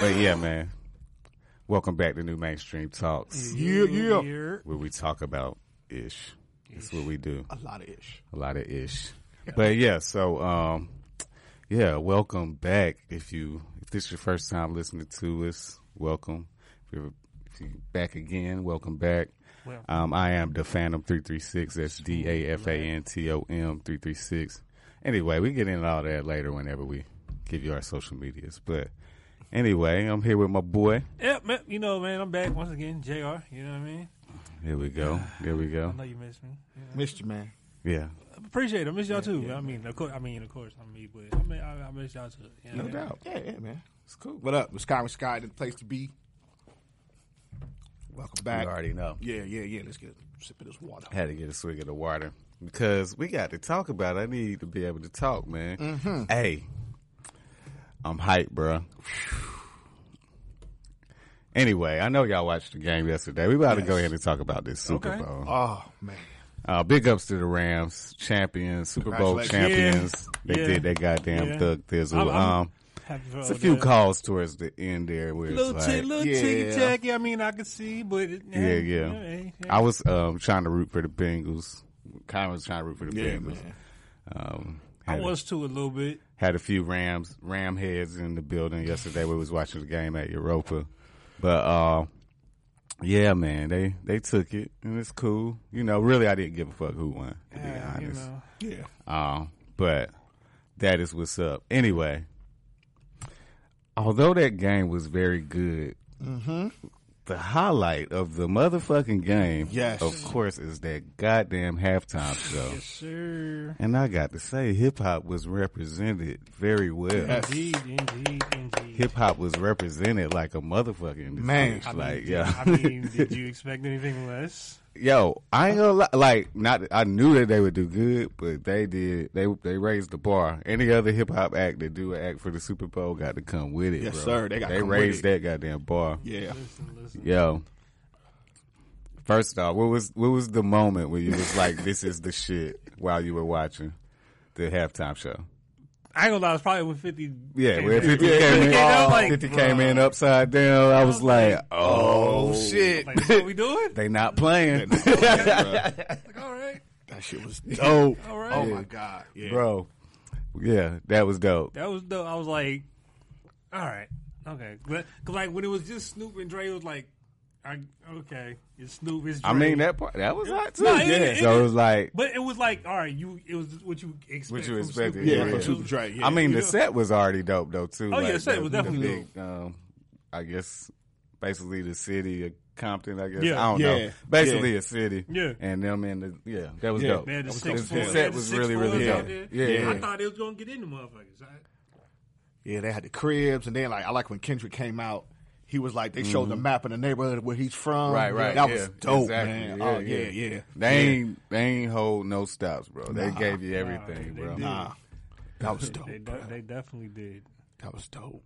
But yeah, man. Welcome back to New Mainstream Talks, Yeah, yeah. where we talk about ish. That's what we do. A lot of ish. A lot of ish. But yeah, so um yeah, welcome back. If you if this is your first time listening to us, welcome. If you're, if you're back again, welcome back. Welcome. Um I am the Phantom three three six. That's D A F A N T O M three three six. Anyway, we get into all that later whenever we give you our social medias. But anyway, I'm here with my boy. Yep, man, you know, man, I'm back once again, Jr. You know what I mean? Here we go. Here we go. I know you missed me. You know? Missed you, man. Yeah. Appreciate it. I miss y'all too. I mean, of course, I mean, of course, I'm me, but I mean, I, I miss y'all too. You No know what I mean? doubt. Yeah, yeah, man. It's cool. What up? With Sky with Sky, the place to be. Welcome You back. already know. Yeah, yeah, yeah. Let's get a sip of this water. had to get a swig of the water because we got to talk about it. I need to be able to talk, man. Mm-hmm. Hey, I'm hyped, bro. Anyway, I know y'all watched the game yesterday. We about to go ahead and talk about this Super Okay. Bowl. Oh man. Uh, big ups to the Rams, champions, Super Bowl Congratulations. champions. They Yeah. did their goddamn Yeah. thug thizzle. I'm- I'm um, Happy for it's a all few that. calls towards the end there where it's Little, like, t- little Yeah. ticky tacky. I mean, I could see, but it, Yeah, hey, yeah. you know, hey, hey. I was um, trying to root for the Bengals. Kind was trying to root for the Yeah, Bengals. man. Um, I had, a- was too a little bit. had a few Rams Ram heads in the building yesterday. We was watching the game at Europa, but uh, yeah, man, they they took it and it's cool. You know, really, I didn't give a fuck who won. To be Uh, you honest, know. Yeah. uh, but that is what's up. Anyway, although that game was very good, Mm-hmm. the highlight of the motherfucking game, Yes. of course, is that goddamn halftime show. Yes, sir. And I got to say, hip hop was represented very well. Indeed, indeed, indeed. Hip hop was represented like a motherfucker in this Man. bitch. I mean, like, did- yeah. I mean, did you expect anything less? Yo, I ain't gonna lie. Like, not I knew that they would do good, but they did. They they raised the bar. Any other hip hop act that do an act for the Super Bowl got to come with it. Yes, bro. sir. They gotta they come with raised it. that goddamn bar. Yeah. Listen, listen. Yo, first off, what was what was the moment where you was like, "This is the shit" while you were watching the halftime show? I ain't gonna lie, it's probably with 50. Yeah, came when in. 50 came in, Oh, You know, like, 50 came in upside down. I was like, oh, shit. Like, that's what we doing? they not playing. Like, all right. That shit was oh, All right. Oh my god. Yeah. bro. Yeah, that was dope. That was dope. I was like, all right, okay. But, 'cause, like when it was just Snoop and Dre, it was like, I, okay, it's Snoop, it's Dre. I mean, that part, that was hot too. No, it- yeah. it- so it was like, But it was like, all right, you. It was what you What expect. you from Snoop expected, and Yeah, Dre. Yeah. from Super Dre. Yeah. I mean, the set was already dope though too. Oh, like, yeah, set the- was the definitely big, Um, I guess basically the city of Compton. I guess Yeah. I don't Yeah. know. Basically a city. Yeah. And them in the yeah, that was Yeah. dope. They had the That was six dope. fours, The they had set the was six really fours really out dope. there. Yeah, I yeah. thought it was gonna get in the motherfuckers. I, Yeah, they had the cribs, and then like I like when Kendrick came out. He was like they showed the map in the neighborhood where he's from. Mm-hmm. Right, right. That yeah, was dope, exactly. man. oh yeah, yeah. They ain't they ain't hold no stops, bro. They gave you everything, they bro. did. Nah, that was dope. Oh, they, de- they definitely did. That was dope.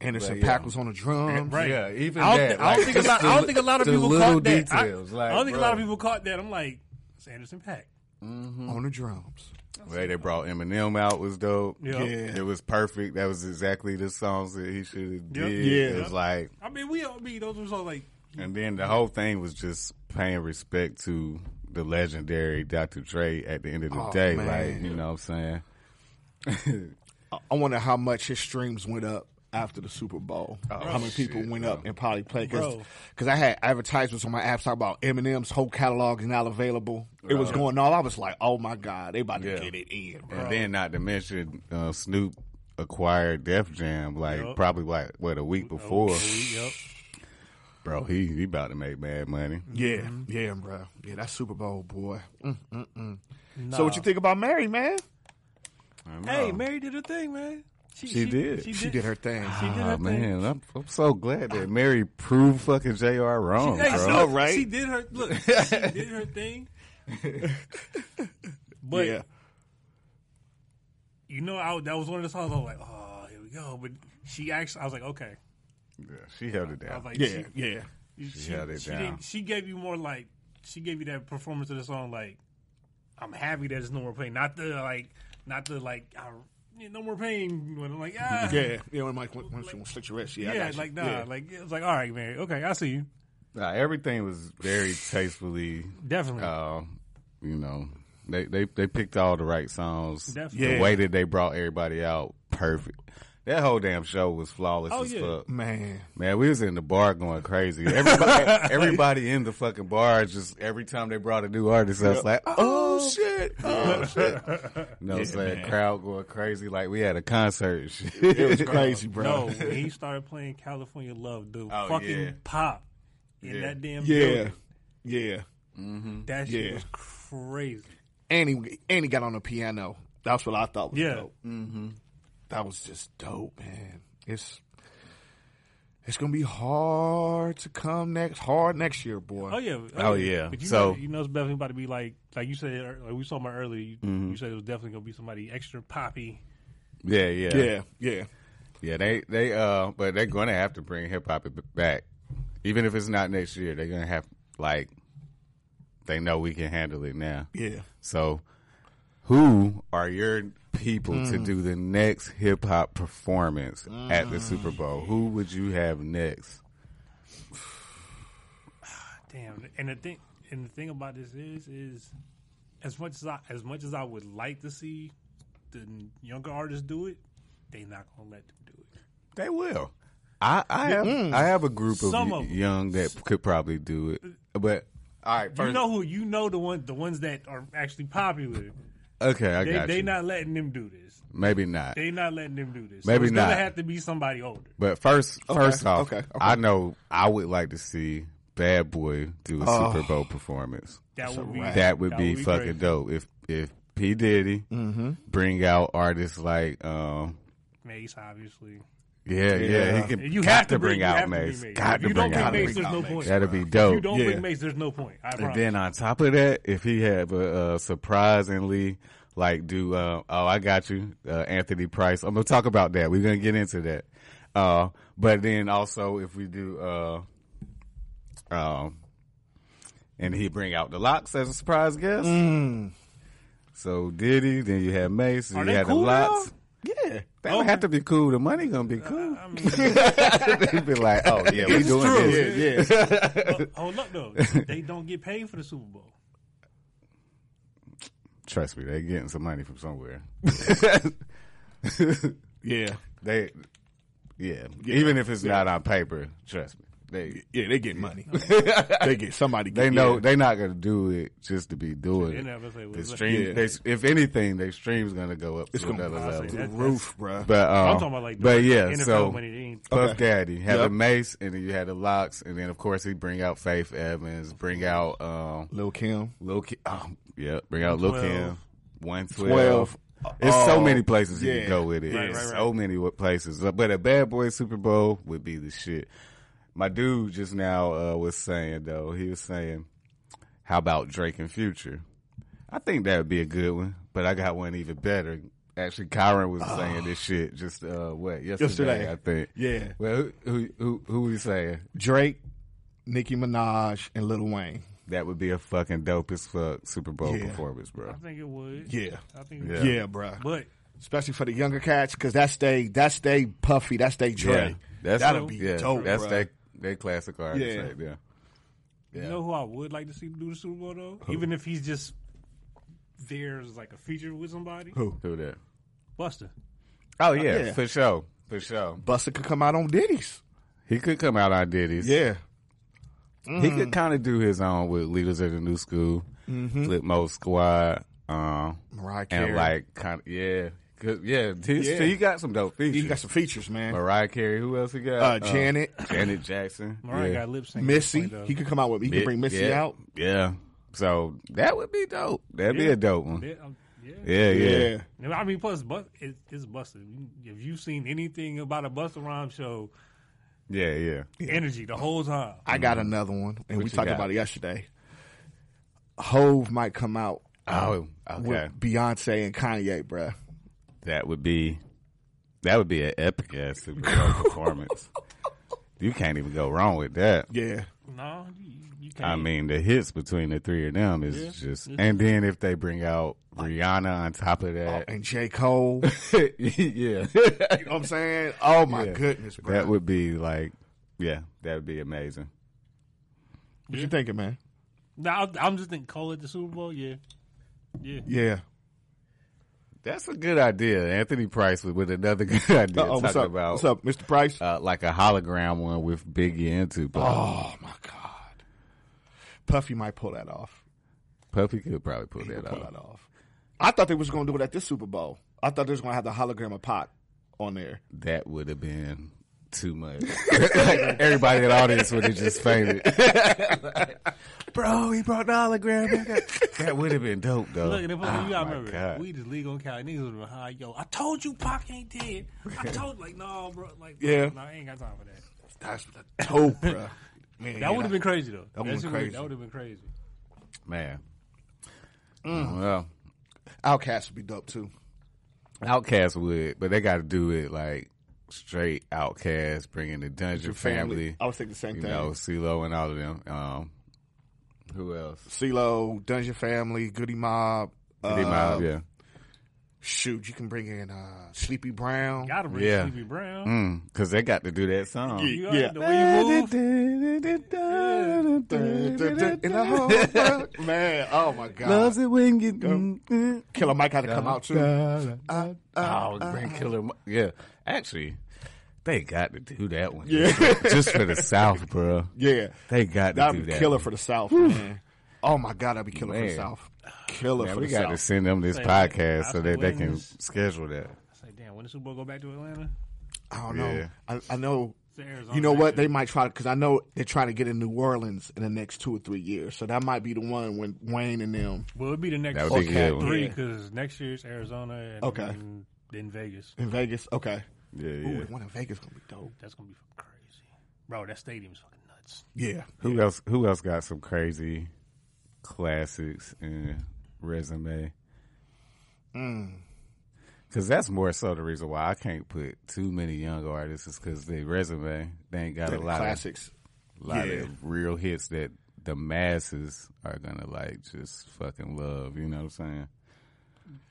Anderson But, yeah. Pack was on the drums. Right. Yeah, even I that. don't, thi- I don't like, think a lot. I don't think a lot of the people little caught that. I, details, like, I don't think a bro. lot of people caught that. I'm like, it's Anderson Pack. On the drums. Right, they brought Eminem out was dope. Yeah. Yeah. It was perfect. That was exactly the songs that he should have Yep. did. Yeah. It was like, I mean, we all mean those were so like. and then the whole thing was just paying respect to the legendary Dr. Dre. At the end of the Oh, day, man. like you know what I'm saying. I- I wonder how much his streams went up after the Super Bowl. how many people shit, went up and probably played? Oh, Bro. Because I had advertisements on my apps talking about Eminem's whole catalog is now available. It was going all. I was like, oh my god, they about to Yeah. get it in, bro. And then, not to mention, uh, Snoop acquired Def Jam like Yep. probably like what a week before. Yep. Bro, he he about to make mad money. Yeah, Mm-hmm. yeah, bro. Yeah, that's Super Bowl, boy. Mm, mm, mm. So what you think about Mary, man? I know. Hey, Mary did her thing, man. She did. She did, She did her thing. She did her Oh thing. man, I'm, I'm so glad that Mary proved fucking Jr. wrong, Hey, bro. she- know, right? She did her look. She did her thing. But yeah, you know, I, that was one of the songs I was like, oh, here we go. But she actually, I was like, okay. Yeah, she held it I down. was like, yeah, yeah. she, she, held it she down. didn't- she gave you more like, she gave you that performance of the song like, I'm happy that it's no more playing. Not the like, not the like, I yeah, no more pain. When I'm like, ah, Yeah, yeah. When Mike went, when she went, slick your wrist. Yeah, I yeah, got you. like nah, Yeah. like it was like all right, man, okay, I see you, Nah, everything was very tastefully. definitely. Uh, you know, they, they they picked all the right songs. Definitely. The way that they brought everybody out, perfect. That whole damn show was flawless Oh, as yeah. fuck. man. Man, we was in the bar going crazy. Everybody, everybody in the fucking bar just every time they brought a new artist, I was like, oh shit, oh shit. You know what I'm saying? Crowd going crazy like we had a concert. and shit. It was crazy, bro. no, when he started playing California Love, dude, Oh, fucking yeah. pop in Yeah. that damn Yeah, building. yeah. That shit Yeah. was crazy. And he and he got on the piano. That's what I thought was Yeah. dope. Mm-hmm. That was just dope, man. It's it's gonna be hard to come next, hard next year, boy. Oh yeah. Oh, yeah. But you So- know, you know it's definitely about to be like like you said like we saw about earlier. You, Mm-hmm. you said it was definitely gonna be somebody extra poppy. yeah, yeah, yeah, yeah. Yeah, They they uh, but they're gonna have to bring hip hop back, even if it's not next year. They're gonna have like they know we can handle it now. Yeah. So, who are your people to Hmm. do the next hip hop performance at Hmm. the Super Bowl? Who would you have next? Damn. And the thing and the thing about this is is as much as I as much as I would like to see the younger artists do it, they not gonna let them do it. They will. I, I have I have a group of, hmm. Some y- of 'em. young that could probably do it, but all right, first, You know who you know the one the ones that are actually popular. okay, I They got they you. not letting them do this. Maybe not, They not letting them do this. Maybe so it's not. gonna have to be somebody older. but first, first off, okay, okay. I know I would like to see Bad Boy do a Oh. Super Bowl performance. That would be wrap. That would be fucking great. dope if if P Diddy Mm-hmm. bring out artists like um, Mace, obviously. Yeah, yeah, Yeah. he can. You got have to to bring, bring- you have out to bring Mace. Mace. Got If to bring you don't bring out Mace, Mace. there's no point. That'd be You dope. don't Yeah. bring Mace, there's no point. I And promise. then on top of that, if he had uh, surprisingly like do uh, oh I got you uh, Anthony Price. I'm gonna talk about that. We're gonna get into that. Uh, but then also if we do uh, um, and he bring out the locks as a surprise guest. So Diddy, then you had Mace, then Are you they had cool the locks. now? Yeah, they don't have to be cool. The money gonna be cool. I mean, They'd be like, oh yeah, we doing True. this. Yeah, yeah. ho- hold up though. They don't get paid for the Super Bowl. Trust me, they getting some money from somewhere. yeah. They, yeah, even if it's not on paper, trust me, they Yeah, they get money. they get somebody. they get- know yeah. they're not gonna do it just to be doing They it. never say what The it's like. stream, Yeah. they, if anything, their stream's gonna go up to gonna- another I level. say to the That- roof, bro. But uh, I'm talking about like the but yeah, NFL so Oh. money. They ain't, Puff Daddy had Yep. the Mace, and then you had the Locks, and then of course he bring out Faith Evans, bring out um, Lil Kim, Lil Kim. Oh, yeah, bring out Lil 12. Kim. One twelve. Twelve. It's so Oh, many places you yeah. can go with it. Right, right, It's right. So many wa- places. Uh, But a Bad Boy Super Bowl would be the shit. My dude just now uh, was saying though, he was saying, "How about Drake and Future?" I think that would be a good one. But I got one even better. Actually, Kyron was saying this shit just uh, what yesterday, Yesterday. I think. Yeah. Well, who who who were you saying Drake, Nicki Minaj, and Lil Wayne. that would be a fucking dope as fuck Super Bowl Yeah. performance, bro? I think it would. Yeah. I think. It Yeah. would. Yeah, bro. But Especially for the younger cats, because that's they, that's they puffy, that's they Dre. That'll be yeah, dope. That's bruh. that that classic artist Yeah. right there. you know who I would like to see do the Super Bowl though, even if he's just there's like a feature with somebody. Who that? Buster. Oh yeah, yeah. for sure, for sure. Buster could come out on Diddy's. He could come out on Diddy's. Yeah. Mm. he could kind of do his own with leaders of the new school, Mm-hmm. Flip Mo Squad, um, Mariah Carey. and like kind of yeah, 'Cause, yeah, he's- Yeah. He got some dope features. you got some features, man. Mariah Carey. Who else he got? Uh, Janet, Janet Jackson. Mariah yeah. got lip sync. Missy. Though. He could come out with, he could bring Missy yeah. out. Yeah. So that would be dope. That'd be Yeah. a dope one. Yeah, um, yeah. Yeah, yeah. Yeah. And I mean, plus, but it, it's Buster. If you've seen anything about a Buster Rhyme show, Yeah, yeah. energy the whole time. I got another one, and we Mm-hmm. you talked got? about it yesterday. Hove might come out Oh, with okay. Beyonce and Kanye, bruh. That would be that would be an epic ass Super Bowl performance. You can't even go wrong with that. Yeah. No, you, you can't. I mean, the hits between the three of them is just. And then if they bring out Rihanna on top of that, and J. Cole. yeah, You know what I'm saying? Oh my Yeah. goodness, bro. that would be like, yeah, that would be amazing. what you thinking, man? No, I'm, I'm just thinking Cole at the Super Bowl. Yeah, yeah. Yeah. That's a good idea. Anthony Price with- with another good idea. Uh-oh, what's talking up? about What's up, Mr. Price? Uh, like a hologram one with Biggie and Tupac. oh my God. Puffy might pull that off. Puffy could probably pull He'll that pull off. that off. I thought they was gonna do it at this Super Bowl. I thought they was gonna have the hologram of Pac on there. That would have been too much. Everybody in the audience would have just fainted. Bro, he brought the hologram. back up. That would have been dope, though. Look, and if, Oh, you gotta my remember, God. we just legal on Cali. Niggas would have been high. Yo, I told you Pac ain't dead. I told, like, no, bro. Like, Yeah. no, I ain't got time for that. That's dope, bro. Man, That would have I- been crazy, though. that would've been shit crazy. That would have been crazy. Man. Well, Outcast would be dope too. Outcast would, but they got to do it like straight Outcast, bringing the Dungeon family, I was thinking the same you thing. know, CeeLo and all of them. Um, who else? CeeLo, Dungeon Family, Goody Mob. Goody uh, Mob, yeah. Shoot, you can bring in uh, Sleepy Brown. Gotta bring Yeah. Mm. Sleepy Brown. Because they got to do that song. You Yeah. yeah. the way you move. In the whole world. Man, oh my God. Loves it when you Killer Mike had to come out too. Oh, bring Killer Mike. Yeah, actually, they got to do that one. Yeah. just for the South, bro. Yeah. They got to do That'd be that. killer one. for the South, man. Oh my God, that'd be killer for the Man. South. Killer Man, for we the got to South. send them this Say, podcast so Oscar that they can wins. schedule that. It's like, damn, when the Super Bowl go back to Atlanta? I don't know. Yeah. I, I know. It's Arizona, You know what? man. They might try to, because I know they're trying to get in New Orleans in the next two or three years. So that might be the one when Wayne and them Well, it'd be the next That would be Okay. a good. One. three Yeah. because next year's Arizona and Okay. then, then Vegas. in Vegas. Okay. Yeah, Ooh, yeah. the one in Vegas gonna be dope. That's gonna be fucking crazy, bro. That stadium's fucking nuts. Yeah. Who else? Who else got some crazy classics in resume? Hmm. Because that's more so the reason why I can't put too many young artists is because their resume they ain't got The a lot classics. of lot yeah. of real hits that the masses are gonna like just fucking love. You know what I'm saying?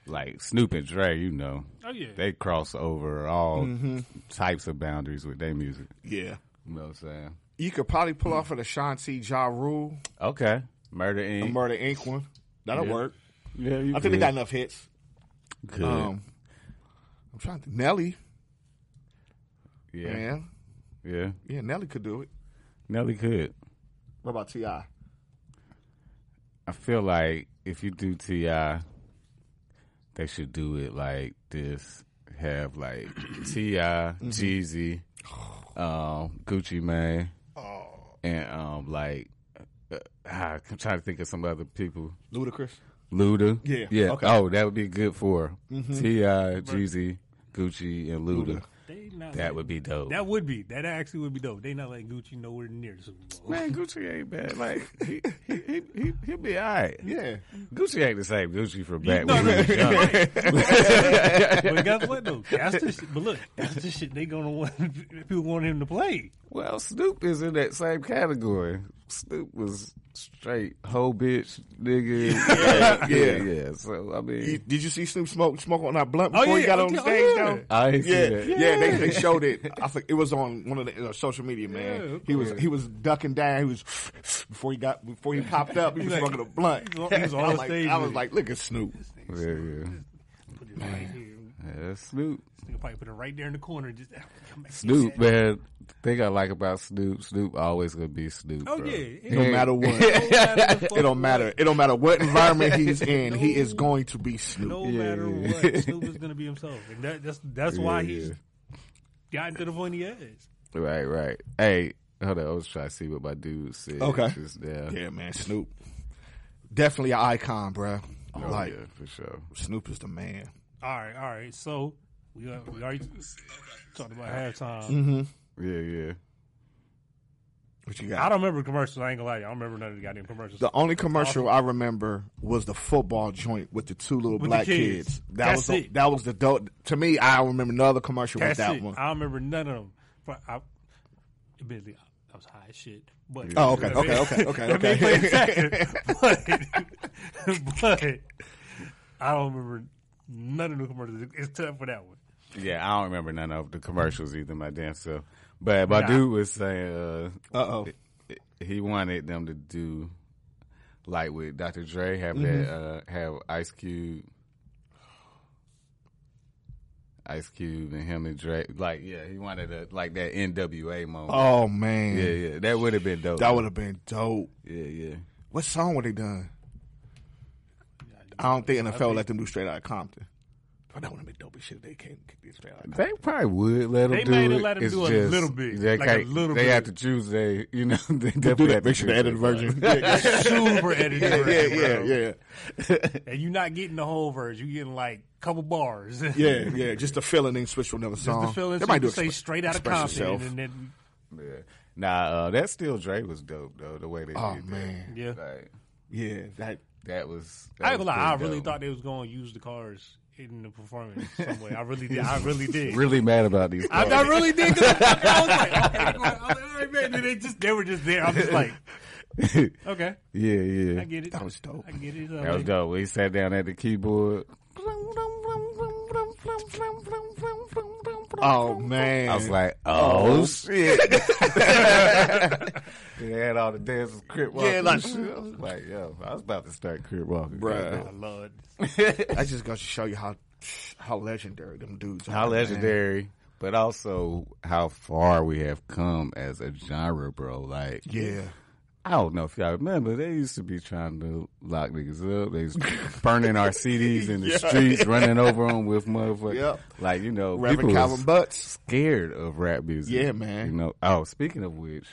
Like Snoop and Dre, you know, Oh yeah, they cross over all Mm-hmm. types of boundaries with their music. Yeah. You know what I'm saying? You could probably pull off an Ashanti Ja Rule, Okay, Murder a Inc. Murder Inc. one. That'll work. yeah, you I think they got enough hits. Could. Um, I'm trying to Nelly. yeah, Yeah. yeah. Yeah, Nelly could do it. Nelly could. What about T.I.? I feel like if you do Ti, they should do it like this. Have like Ti, Mm-hmm. Jeezy, um, Gucci Mane, Oh. and um, like uh, ah, I'm trying to think of some other people. Ludacris? Luda, Yeah, yeah. okay. Mm-hmm. Oh, that would be good for Ti, Jeezy, Gucci, and Luda. they not. That would be dope. that would be that actually would be dope. They not letting Gucci nowhere near the Super Bowl. Man, Gucci ain't bad. Like he he he he he'll be all right. Yeah. Gucci ain't the same Gucci from back No, when. no, we was young. but guess what though? That's the shit. But look, that's the shit they gonna want. People want him to play. Well, Snoop is in that same category. Snoop was straight hoe bitch nigga. Yeah, yeah. So I You- mean, did you see Snoop smoke smoke on that blunt Oh, before he yeah, got oh, on yeah, oh, stage? yeah. though? I ain't Yeah, see that. yeah, they, they showed it. I think it was on one of the uh, social media, man. Yeah, of he was he was ducking down. He was before he got before he popped up. He was like- smoking a blunt. he was on- he was on I was like, stage I with was it. like, look at Snoop. yeah, yeah. Put it right here. yeah. that's Snoop. This nigga probably put it right there in the corner. Just Snoop, man. Thing I like about Snoop, Snoop always gonna be Snoop. Oh bro. yeah, it No matter what, it don't matter. It don't matter what environment he's in. He is going to be Snoop. No matter what, Snoop is gonna be himself, and that, that's that's why Yeah, he's yeah. gotten to the point he is. Right, right. Hey, hold on. I was trying to see what my dude said. Okay. Just now. Yeah, man, Snoop. Definitely an icon, bruh. Oh, like yeah, for sure. Snoop is the man. All right, all right. So we are, we already talked about halftime. Mm-hmm. Yeah, yeah. What you I got? don't remember commercials. I ain't gonna lie, to you. I don't remember none of the goddamn commercials. The only commercial I remember was the football joint with the two little With black the kids. kids. That That's was the, it. that was the dope. To me, I don't remember no other commercial That's with that it. one. I don't remember none of them. But I, admittedly, I was high as shit. But Oh, okay, okay, okay, okay, Let me play okay. it second. but, but I don't remember none of the commercials except for that one. Yeah, I don't remember none of the commercials either, my damn self. But my Nah. dude was saying uh, Uh oh. he wanted them to do like with Dr. Dre have that uh, have Ice Cube, Ice Cube and him and Dre like yeah he wanted a, like that NWA moment. Oh man, Yeah, yeah, that would have been dope. that would have been dope. yeah, yeah. What song would they done? I don't think NFL let them do straight out of Compton. But that would have been dope as shit. if They came and kicked it straight out. They probably would let them They do may it. have let 'em It's do a just- little bit, They, like a can't- little they bit. have to choose a, you know, they definitely Do have to that. Make sure the choose edited a- version. yeah, Super edited. yeah, yeah, version, yeah, bro. yeah, And you're not getting the whole version. You're getting like a couple bars. yeah, yeah. Just the feeling and switch to another Just song. the feeling. they so might you do can say express- straight out of express confidence, yourself. and then Yeah. Nah, uh, that still Dre was dope though. The way they Oh did man, yeah. that, like yeah. That that was. That I ain't gonna was lie, I pretty really dope. thought they was gonna use the cars in the performance some way. I really did. I really did. Really mad about these. I, I cars. really did. 'cause I was like, okay, I'm like, all right, man. And They just they were just there. I'm just like, okay, yeah, I yeah. get it. that was dope. I get it. That was Like, dope. He sat down at the keyboard. Oh man, I was like, oh, shit. they had all the dances crip walking. Yeah, like- shit. I was like, yo, I was about to start crip walking. Bruh. I love it. I just got to show you how how legendary them dudes. are. How man. legendary, but also how far we have come as a genre, bro. Like, Yeah, I don't know if y'all remember, they used to be trying to lock niggas up. They was burning our CDs in the streets, running over them with motherfuckers. Yep. Like, you know, Reverend people Calvin was Butts. scared of rap music. Yeah, man. You know, oh, speaking of which,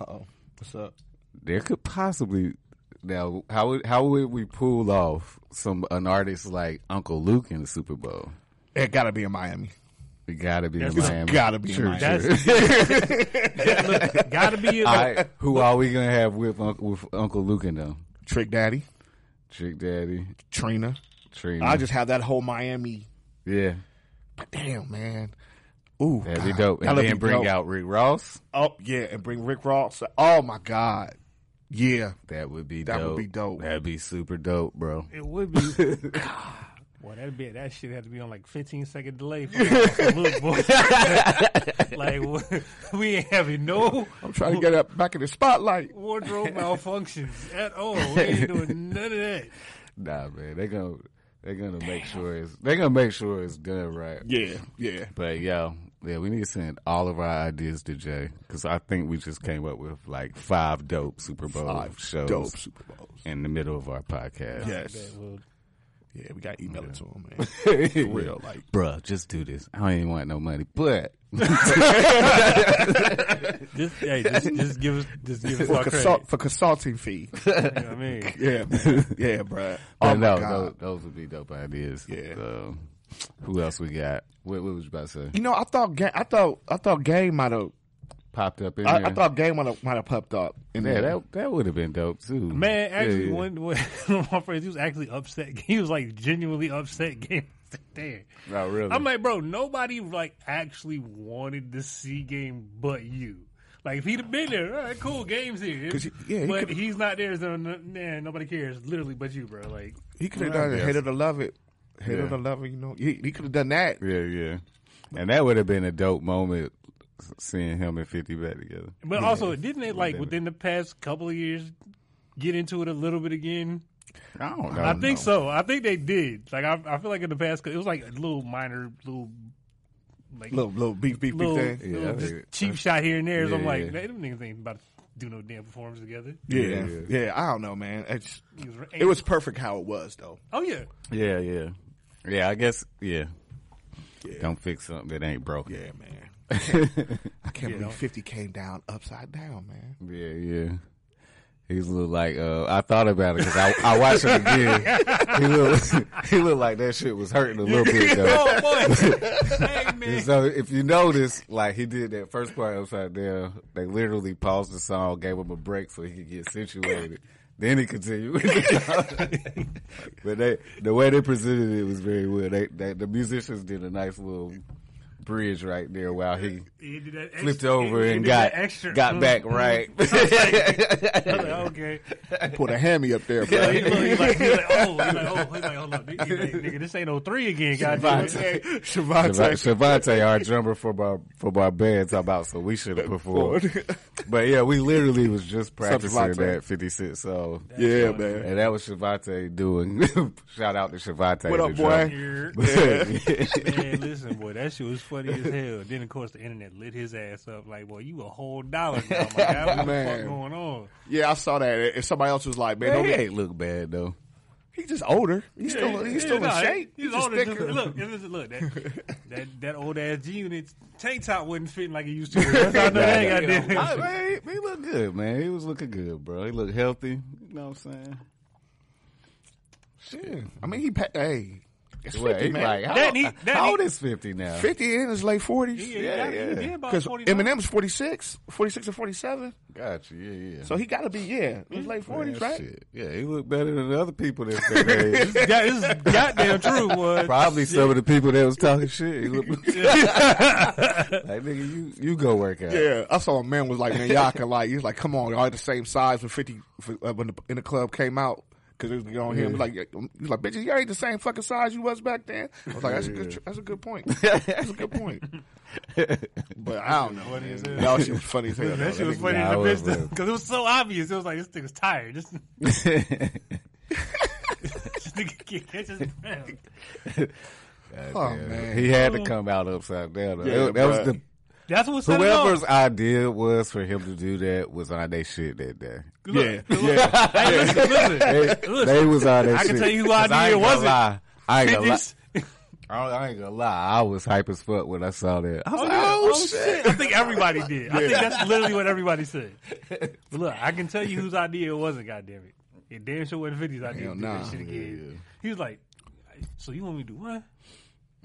Uh oh, what's up? there could possibly, now, how would, how would we pull off some, an artist like Uncle Luke in the Super Bowl? It gotta be in Miami. It gotta be in It's Miami. gotta be in Sure, Miami. sure. That's look, gotta be it. All right, who are we gonna have with Unc- with Uncle Luke and them? Trick Daddy, Trick Daddy, Trina. Trina. I just have that whole Miami. yeah, But damn, man. Ooh, that'd be God. dope. And That'd then Ah, be bring dope. out Rick Ross. Oh yeah, and bring Rick Ross. Oh my God. Yeah, That would be That would dope. be dope. That'd be super dope, bro. It would be. Boy, that'd be that shit had to be on like 15 second delay. For look, boy. like we ain't having no I'm trying to get up back in the spotlight. wardrobe malfunctions at all. We ain't doing none of that. Nah, man, they gonna they gonna make sure it's they gonna make sure it's done right. Yeah, yeah. But yo, yeah, we need to send all of our ideas to Jay because I think we just came up with like five dope Super Bowl Oh, shows Dope Super Bowls. in the middle of our podcast. Yes. Well, Yeah, we got to email it to him, man. For real, like Bruh, just do this. I don't even want no money, but just, hey, just, just give us, just give us for, our consult, for consulting fee. credit. You know what I mean, Yeah, man. yeah, bro. Oh But my no, God. tho- those would be dope ideas. Yeah. So, who else we got? What, what was you about to say? You know, I thought Ga- I thought I thought Game might have Popped up in I, there. I thought Game might have might have popped up. in yeah, there. that that would have been dope too. man. Actually, Yeah, yeah. one, one of my friends, he was actually upset. He was like genuinely upset. Game there. Oh, really? I'm like, bro, nobody like actually wanted to see game but you. Like if he'd have been there, all right, cool, game's here. 'Cause he- yeah, he but could've- he's not there, so no, nah, nobody cares. Literally, but you, bro. Like, he could have done it. Hate it or love it. Hate Yeah. it or love it. You know, he, he could have done that. yeah, yeah. And that would have been a dope moment s- seeing him and Fifty back together. but also, didn't they like Pandemic. within the past couple of years get into it a little bit again? I don't Oh, know. I think so. I think they did. Like I, I feel like in the past, it was like a little minor, little like Little little beef beef beef little, thing. Yeah, little I just think- cheap shot here and there. so I'm Yeah, like, yeah. man, them niggas ain't about to do no damn performance together. Yeah, Yeah. yeah. I don't know, man. It's, He was- it was perfect how it was, though. oh yeah, Yeah, yeah, yeah. I guess yeah. Yeah. Don't fix something that ain't broken. Yeah, man. I can't believe don't- Fifty came down upside down, man. Yeah, yeah. He's look like uh, I thought about it because I, I watched it again. he looked he looked like that shit was hurting a little bit though. oh boy, hey And man, so if you notice, like he did that first part upside down, they literally paused the song, gave him a break so he could get situated. Then he continued. with the song. but they, the way they presented it was very well. They, they the musicians did a nice little bridge right there while he He did that ex- flipped he- over he and did got that extra. got Mm. back right. I was like, okay. Put a hammy up there, He bro. look- he like, he like, oh, he like, oh, he like, hold up, he like, nigga, this ain't no three again, goddamn. Shavante. Shavante. Shavante, our drummer for Bar for Barbarian, talk about so we should have performed. But yeah, we literally was just practicing Shavante. that fifty six. So yeah, man. and that was Shavante doing. Shout out to Shavante. What the up, boy? Here. drummer. Man, listen, boy, that shit was funny as hell. Then, of course, the internet lit his ass up. Like, boy, you a whole dollar now, my guy. What the Man. fuck going on? Yeah, I saw that. If somebody else was like, man, Man, don't he get ain't look bad though. He's just older. He's still he's still nah, in shape. He's, older. than- Look, yeah, listen, look, that, that that old ass G unit tank top wasn't fitting like it used to. That's how I know that Nah, goddamn. Nah, man, he, he looked good, man. He was looking good, bro. He looked healthy. You know what I'm saying? Shit. I mean, he pa- hey, it's Well, fifty, he man. like, how, That need- that how need- old is 50 now? fifty in his late forties. Yeah, yeah, yeah. yeah. yeah about Because 49. Eminem's 46, 46 or 47. Gotcha, yeah, yeah. So he got to be, yeah, in his late 40s, Man, right? shit. Yeah, he looked better than the other people that's that age. That is goddamn true, boy. Probably some of the people that was talking shit. He looked, like, nigga, you, you go work out. Yeah, I saw a man was like, man, y'all can like, he's like, come on, y'all the same size when 50, for, uh, when the, in the club came out. Cause it was on him, like he's like, bitch, you ain't the same fucking size you was back then. I was like, that's a good, that's a good point. That's a good point. But I don't know. Funny as hell. Y'all shit was funny as hell. though. That shit was nigga- funny Nah, as a it was bitch real. because it was so obvious. It was like this nigga's tired. This, this nigga can't catch his breath. Oh, Yeah. man. He had Mm. to come out upside down. though. Yeah, It- that was bruh. the That's what set it off. whoever's idea was for him to do that was on their shit that day. Yeah, yeah. Hey, listen, listen, They, listen. they was on their I shit. can tell you who 'Cause I idea ain't it gonna wasn't. lie. I ain't gonna lie. Fifties. I I ain't gonna lie, I was hype as fuck when I saw that. I was Oh, like, yeah. oh, Oh, shit. shit. I think everybody did. I think that's literally what everybody said. But look, I can tell you whose idea it wasn't. Goddamn it! It damn sure wasn't 50's idea to do nah. that shit again. Yeah, yeah. He was like, "So you want me to do what?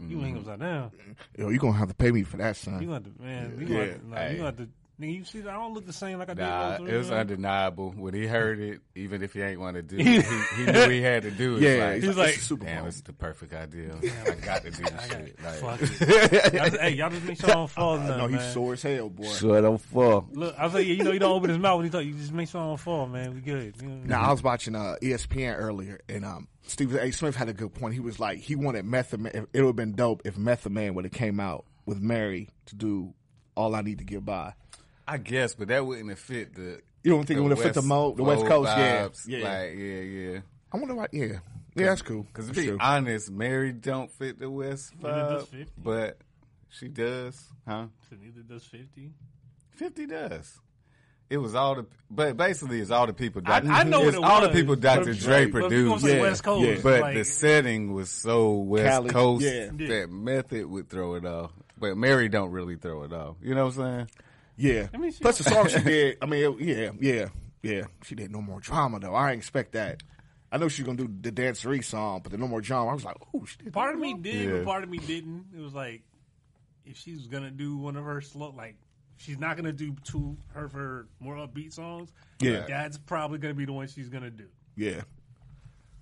Mm-hmm. You hang upside down. Yo, you gonna have to pay me for that, son. You want to man? You want to? Yeah. Nah, you Hey. want to? Nigga, you see, that? I don't look the same like I did. Nah, all it through, was man. undeniable. When he heard it, even if he ain't want to do it, he, he knew he had to do it. yeah, It's like, he's like, like- it's a Super damn, Bowl. it's the perfect idea. I got to do this shit. Fuck Like, it. Y'all just- hey, y'all just make sure I don't fall. No, no, he's man. sore as hell, boy. sure don't fuck. Look, I was like, yeah, you know, you don't open his mouth when he talk. You just make sure I don't fall, man. We good. You know what I mean? Now I was watching uh, ESPN earlier, and um, Steve A. Smith had a good point. He was like, he wanted Method Man. It would have been dope if Method Man would have came out with Mary to do "All I Need to Get By." I guess, but that wouldn't have fit the. You don't think it would have fit the mo the West mode Coast? Yeah, vibes. yeah. Like, yeah, yeah. I wonder why. Yeah, yeah, that's cool. Because to That's be true. honest, Mary don't fit the West Neither does vibe, 50. but she does, huh? So neither does fifty. 50 does. It was all the, but basically it's all the people. I- Dr. I know what it's it all the was, people but Dr. if- Dre but if you gonna produced. say Yeah, West Coast, yeah. But like, the setting was so West Cali, Coast yeah. Yeah. that method would throw it off. But Mary don't really throw it off. You know what I'm saying? yeah. I mean, she- Plus the song she did. I mean, it- yeah, yeah, yeah. She did no more drama though. I didn't expect that. I know she's gonna do the dancery song, but the no more drama. I was like, ooh, she did. part of me did, Yeah. but part of me didn't. It was like if she's gonna do one of her slow, like she's not gonna do two her of her more upbeat songs. Yeah. that's probably gonna be the one she's gonna do. Yeah,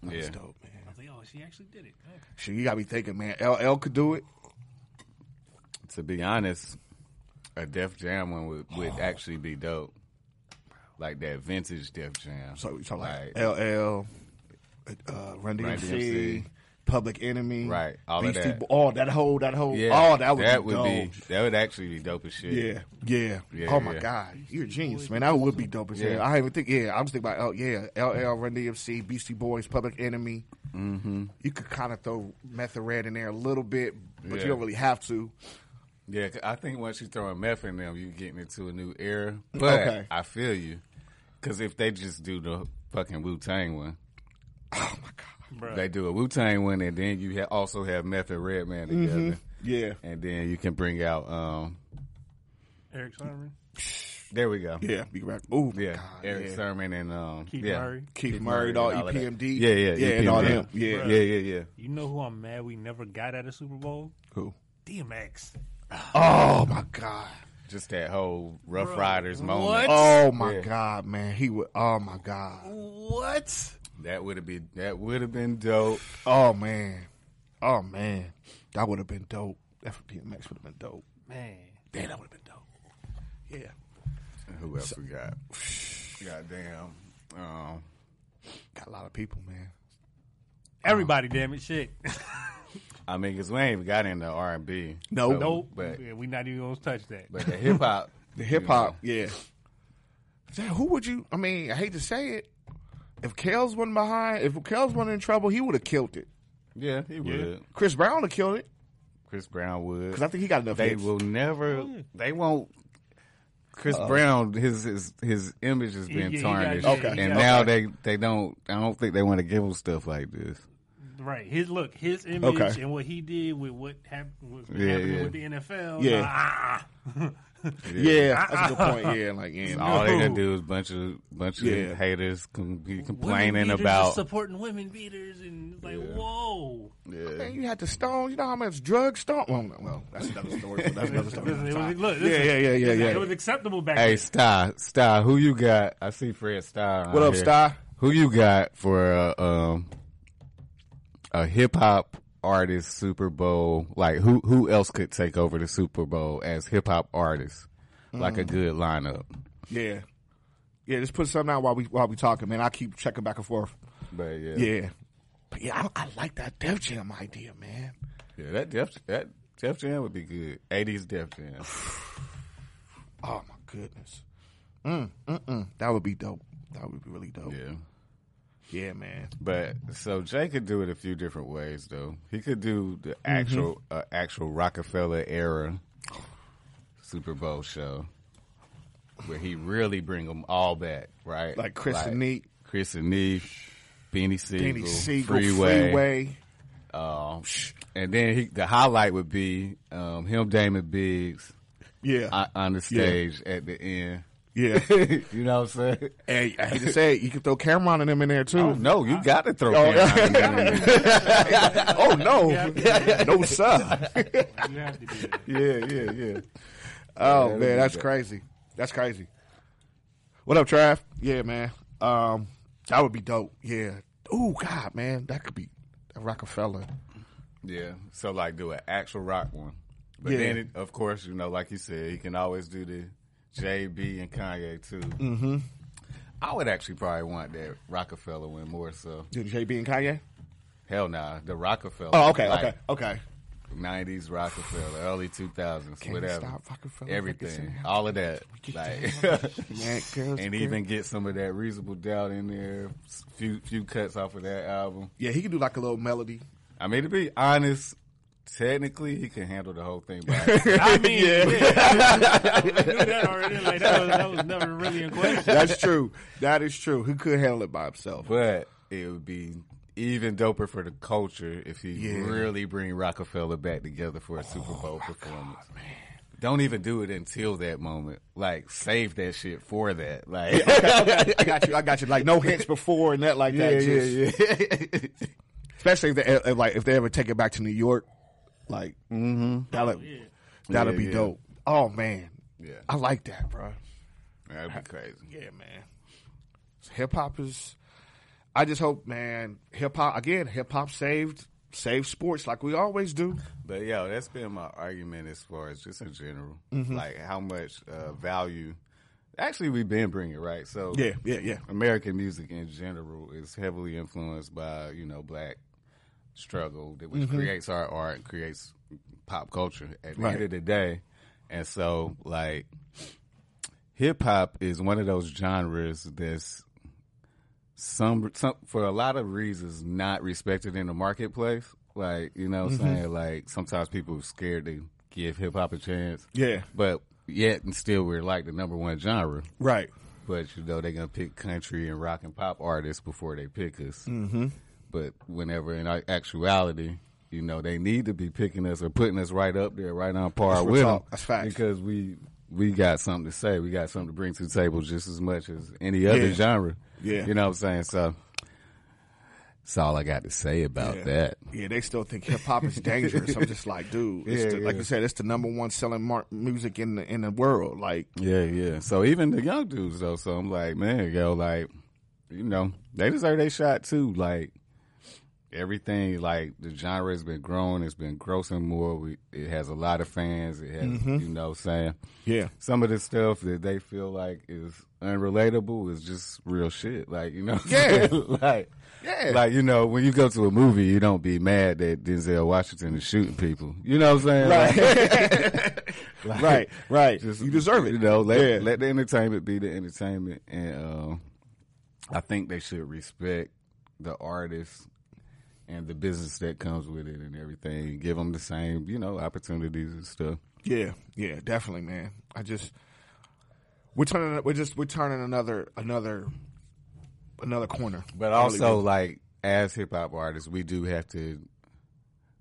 Yeah. that's dope, man. I was like, oh, she actually did it. Okay. Shit, you gotta be thinking, man. LL could do it. To be honest, a Def Jam one would, would Oh. actually be dope. Like that vintage Def Jam. So we talk like Right. LL, uh, Run Run DMC, DMC. Public Enemy, Right, all of Beastie that. Bo- all that whole, that whole, yeah. all oh, that would that be would dope. be, that would actually be dope as shit. yeah, yeah, Yeah, Oh my yeah. God, you're a genius, man. That would be dope as hell. Yeah. I didn't even think. Yeah, I was thinking about. Oh yeah, LL, Run DMC, Beastie Boys, Public Enemy. Mm-hmm. You could kind of throw Method Red in there a little bit, but you Yeah. don't really have to. Yeah, 'cause I think once you throw a meth in them, you getting into a new era. But Okay. I feel you, because if they just do the fucking Wu Tang one, Bruh. they do a Wu Tang one, and then you ha- also have Meth and Redman Mm-hmm. together, Yeah, and then you can bring out. um Eric Sermon, There we go. yeah. You can rap. Ooh, Yeah, yeah. God, Eric yeah. Sermon and um, Keith yeah. Murray. Keith, Keith Murray, and all E all of that. EPMD. Yeah, E yeah, yeah, and all EPMD. them. Yeah, Yeah, yeah, yeah. You know who I'm mad we never got at a Super Bowl? Cool. DMX. Oh my God. Just that whole Rough Riders moment. what? Oh my Yeah. God, man. He would. Oh my God. What? That would have been that would have been dope. Oh man. Oh man. That would have been dope. That's what DMX would have been dope. Man. Damn, that would have been dope. Yeah. And who else we got? Goddamn. Um, Got a lot of people, man. Everybody, damn it, shit. I mean, because we ain't even got into R and B. No. nope. But yeah, we not even gonna touch that. but the hip hop, The hip hop, yeah. Damn, who would you? I mean, I hate to say it. If Kels wasn't behind, if Kels wasn't in trouble, he would have killed it. yeah, he would. Chris Brown would have killed it Chris Brown would. because I think he got enough. they hits. will Oh, never. They won't. Chris Brown, his his his image has Yeah, been he got- tarnished, yeah, he and got- now they they don't. I don't think they want to give him stuff like this. Right. His look, his image, Okay. and what he did with what happened was Yeah, happening yeah. with the NFL. Yeah. nah, ah, ah. Yeah, that's a good point. Yeah, like yeah, All they No. gonna do is bunch of bunch Yeah. of haters com- be Women complaining beaters about. and supporting women beaters and it's like whoa. yeah. Man, you had to stone. You know how much drugs stone? Well, no, well, that's another story. but That's another story. Listen, it was, look, Yeah, listen, yeah, yeah, yeah, listen, yeah. It was acceptable back Hey, then. Star, Star, who you got? I see Fred Star. What on up, here. Star? Who you got for uh, um a hip hop artist Super Bowl? Like who who else could take over the Super Bowl as hip hop artists? Like a good lineup. Yeah, yeah. Just put something out while we while we talking, man. I keep checking back and forth. But yeah, yeah, Yeah, but yeah, I, I like that Def Jam idea, man. that Def that Def Jam would be good. Eighties Def Jam. Oh my goodness. Mm, mm-mm. That would be dope. That would be really dope. Yeah, Yeah. man. But so Jay could do it a few different ways though. He could do the Mm-hmm. actual uh, actual Rockefeller era Super Bowl show where he really bring them all back, right? Like Chris and Neat, Chris and Neve, Beanie Siegel, Danny Siegel, Freeway, Freeway. um, and then he, the highlight would be um, him, Damon Biggs, Yeah, o- on the stage at the end. yeah. you know what I'm saying? hey, I hate to say it, you can throw Cameron and them in there too. Oh, no, you got to throw Oh, him. yeah, Oh no, no sir. You have to do that. yeah, yeah. Oh that'd man, be that's dope. crazy. That's crazy. What up, Trav? Yeah, man. Um, that would be dope. Yeah. Oh God, man, that could be a Rockefeller. Yeah. So like, do an actual rock one. But Yeah. then, it, of course, you know, like you said, he can always do the JB and Kanye too. Mm-hmm. I would actually probably want that Rockefeller one more. So Dude, JB and Kanye. hell nah, the Rockefeller. Oh, okay, like, okay, okay. 90s Rockefeller, early 2000s, Can't whatever. stop Rockefeller, Everything. Rickeson. All of that. Like, Man, girls, and girls. even get some of that reasonable doubt in there. s- Few few cuts off of that album. yeah, he could do like a little melody. I mean, to be honest, technically, he can handle the whole thing. By himself. I mean, yeah. we knew that already. Like that was, that was never really in question. That's true. That is true. He could handle it by himself. but it would be even doper for the culture if he Yeah. Oh, really bring Rockefeller back together for a Super Bowl performance. Don't even do it until that moment. Like, save that shit for that. Like, I got you. I got you. Like no hints before and that like that. just- Especially if they if, like if they ever take it back to New York, like that'll that'll Yeah, be yeah. dope. Oh man, Yeah. I like that, bro. That'd be crazy. Yeah, man. Hip hop is. I just hope, man. Hip hop again. Hip hop saved saved sports like we always do. But yo, that's been my argument as far as just in general, Mm-hmm. like how much uh, value. Actually, we've been bringing right. So yeah, yeah. American music in general is heavily influenced by you know black struggle, that- which Mm-hmm. creates our art and creates pop culture. At the Right. end of the day, and so like hip hop is one of those genres that's some, some for a lot of reasons not respected in the marketplace. Like you know, what I'm Mm-hmm. saying like sometimes people are scared to give hip hop a chance. Yeah. but yet and still we're like the number one genre. Right. But you know they're gonna pick country and rock and pop artists before they pick us. Mm-hmm. But whenever in ac- actuality, you know they need to be picking us or putting us right up there, right on par real with them. talk. That's facts. Because we we got something to say. We got something to bring to the table just as much as any other Yeah. genre. Yeah. you know what I'm saying. So that's all I got to say about that. Yeah, they still think hip hop is dangerous. I'm just like, dude, it's Yeah, the, like yeah. you said, it's the number one selling mar- music in the in the world. Like, Yeah, yeah. So even the young dudes though, so I'm like, man, yo, like, you know, they deserve their shot too. Like, everything like the genre has been growing. It's been grossing more. We, it has a lot of fans. It has Mm-hmm. you know what I'm saying Yeah. some of the stuff that they feel like is unrelatable is just real shit. Like you know, what I'm Yeah. saying? like Yeah. like you know, when you go to a movie, you don't be mad that Denzel Washington is shooting people. You know what I'm saying? Like, like, right, right. just- you deserve it. You know, let Yeah. let the entertainment be the entertainment, and um, I think they should respect the artists and the business that comes with it and everything. Give them the same, you know, opportunities and stuff. Yeah, yeah, definitely, man. I just we're turning we're just we're turning another another another corner. But also, like as hip hop artists, we do have to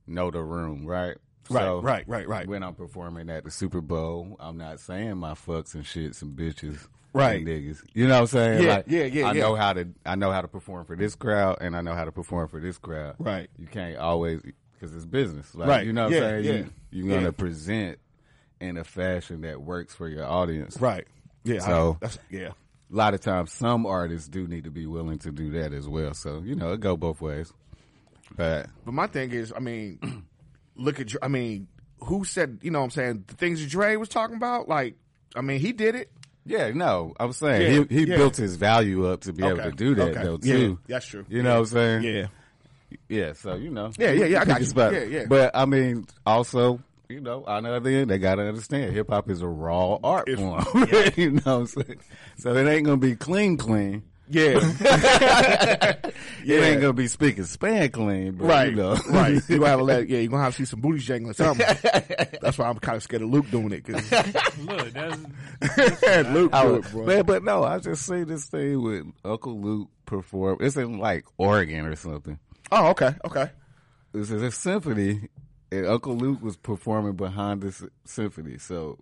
know the room, right? Right, So, right, right, right. When I'm performing at the Super Bowl, I'm not saying my fucks and shits and bitches, Right. and niggas. You know what I'm saying? Yeah, like, yeah, yeah, I yeah. know how to. I know how to perform for this crowd, and I know how to perform for this crowd. Right. You can't always because it's business, like, Right, You know what yeah, I'm saying? yeah, you, you're gonna yeah. present in a fashion that works for your audience, right. Yeah. I- So- that's yeah. a lot of times some artists do need to be willing to do that as well. So, you know, it go both ways. But But my thing is, I mean, look at Dr- I mean, who said, you know what I'm saying, the things that Dre was talking about, like I mean, he did it. yeah, no, I was saying Yeah, he he yeah. built his value up to be Okay, able to do that okay. though Yeah, too. that's true. You know what I'm saying? Yeah. Yeah, so you know. Yeah, yeah, yeah, I Pick got your you. spot. Yeah, yeah. But I mean also you know, on the other end, they gotta understand hip hop is a raw art form. you know what I'm saying? So it ain't gonna be clean clean. Yeah. It ain't gonna be speaking span clean, but Right, you know. right. You gonna have to let, yeah, you are gonna have to see some booties jangling something. That's why I'm kind of scared of Luke doing it. 'cause- Look, that's Luke I do was- it, bro. Man, but no, I just see this thing with Uncle Luke perform. It's in like Oregon or something. Oh, okay, okay. It's a symphony, and Uncle Luke was performing behind this symphony. So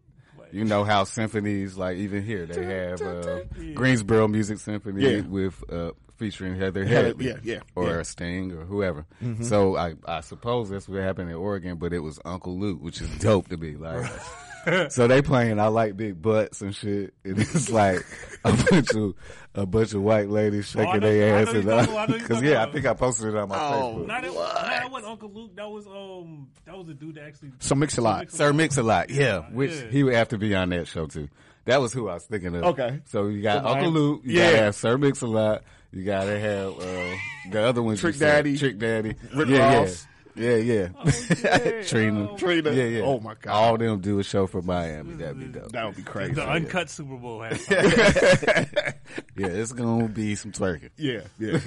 you know how symphonies, like even here, they have uh, Greensboro Music Symphony Yeah. with uh, featuring Heather Heather- Headley, yeah, yeah, or yeah. Sting or whoever. Mm-hmm. So I, I suppose that's what happened in Oregon, but it was Uncle Luke, which is dope to be like. So they playing I like big butts and shit, and it's like a bunch of a bunch of white ladies shaking know- their Oh, I ass know you in talking about- I know the you because talking yeah, I about- Oh, think I posted it on my Facebook. not that, that wasn't Uncle Luke. That was um, that was the dude that actually. So mix a lot. Sir Mix a lot, yeah, which Yeah. he would have to be on that show too. That was who I was thinking of. Okay. so you got So Uncle mine- Luke, you Yeah. gotta have Sir Mix a lot, you gotta have uh, the other ones, you Trick said. Daddy. Trick Daddy, Rick yeah, Ross. yeah, yeah, yeah. yeah. Trina, Oh, Trina. yeah, yeah. Oh my god, Mm-hmm. All them do a show for Miami. That'd be dope. that would be crazy. The uncut Super Bowl halftime. Yeah, it's gonna be some twerking. Yeah, yeah.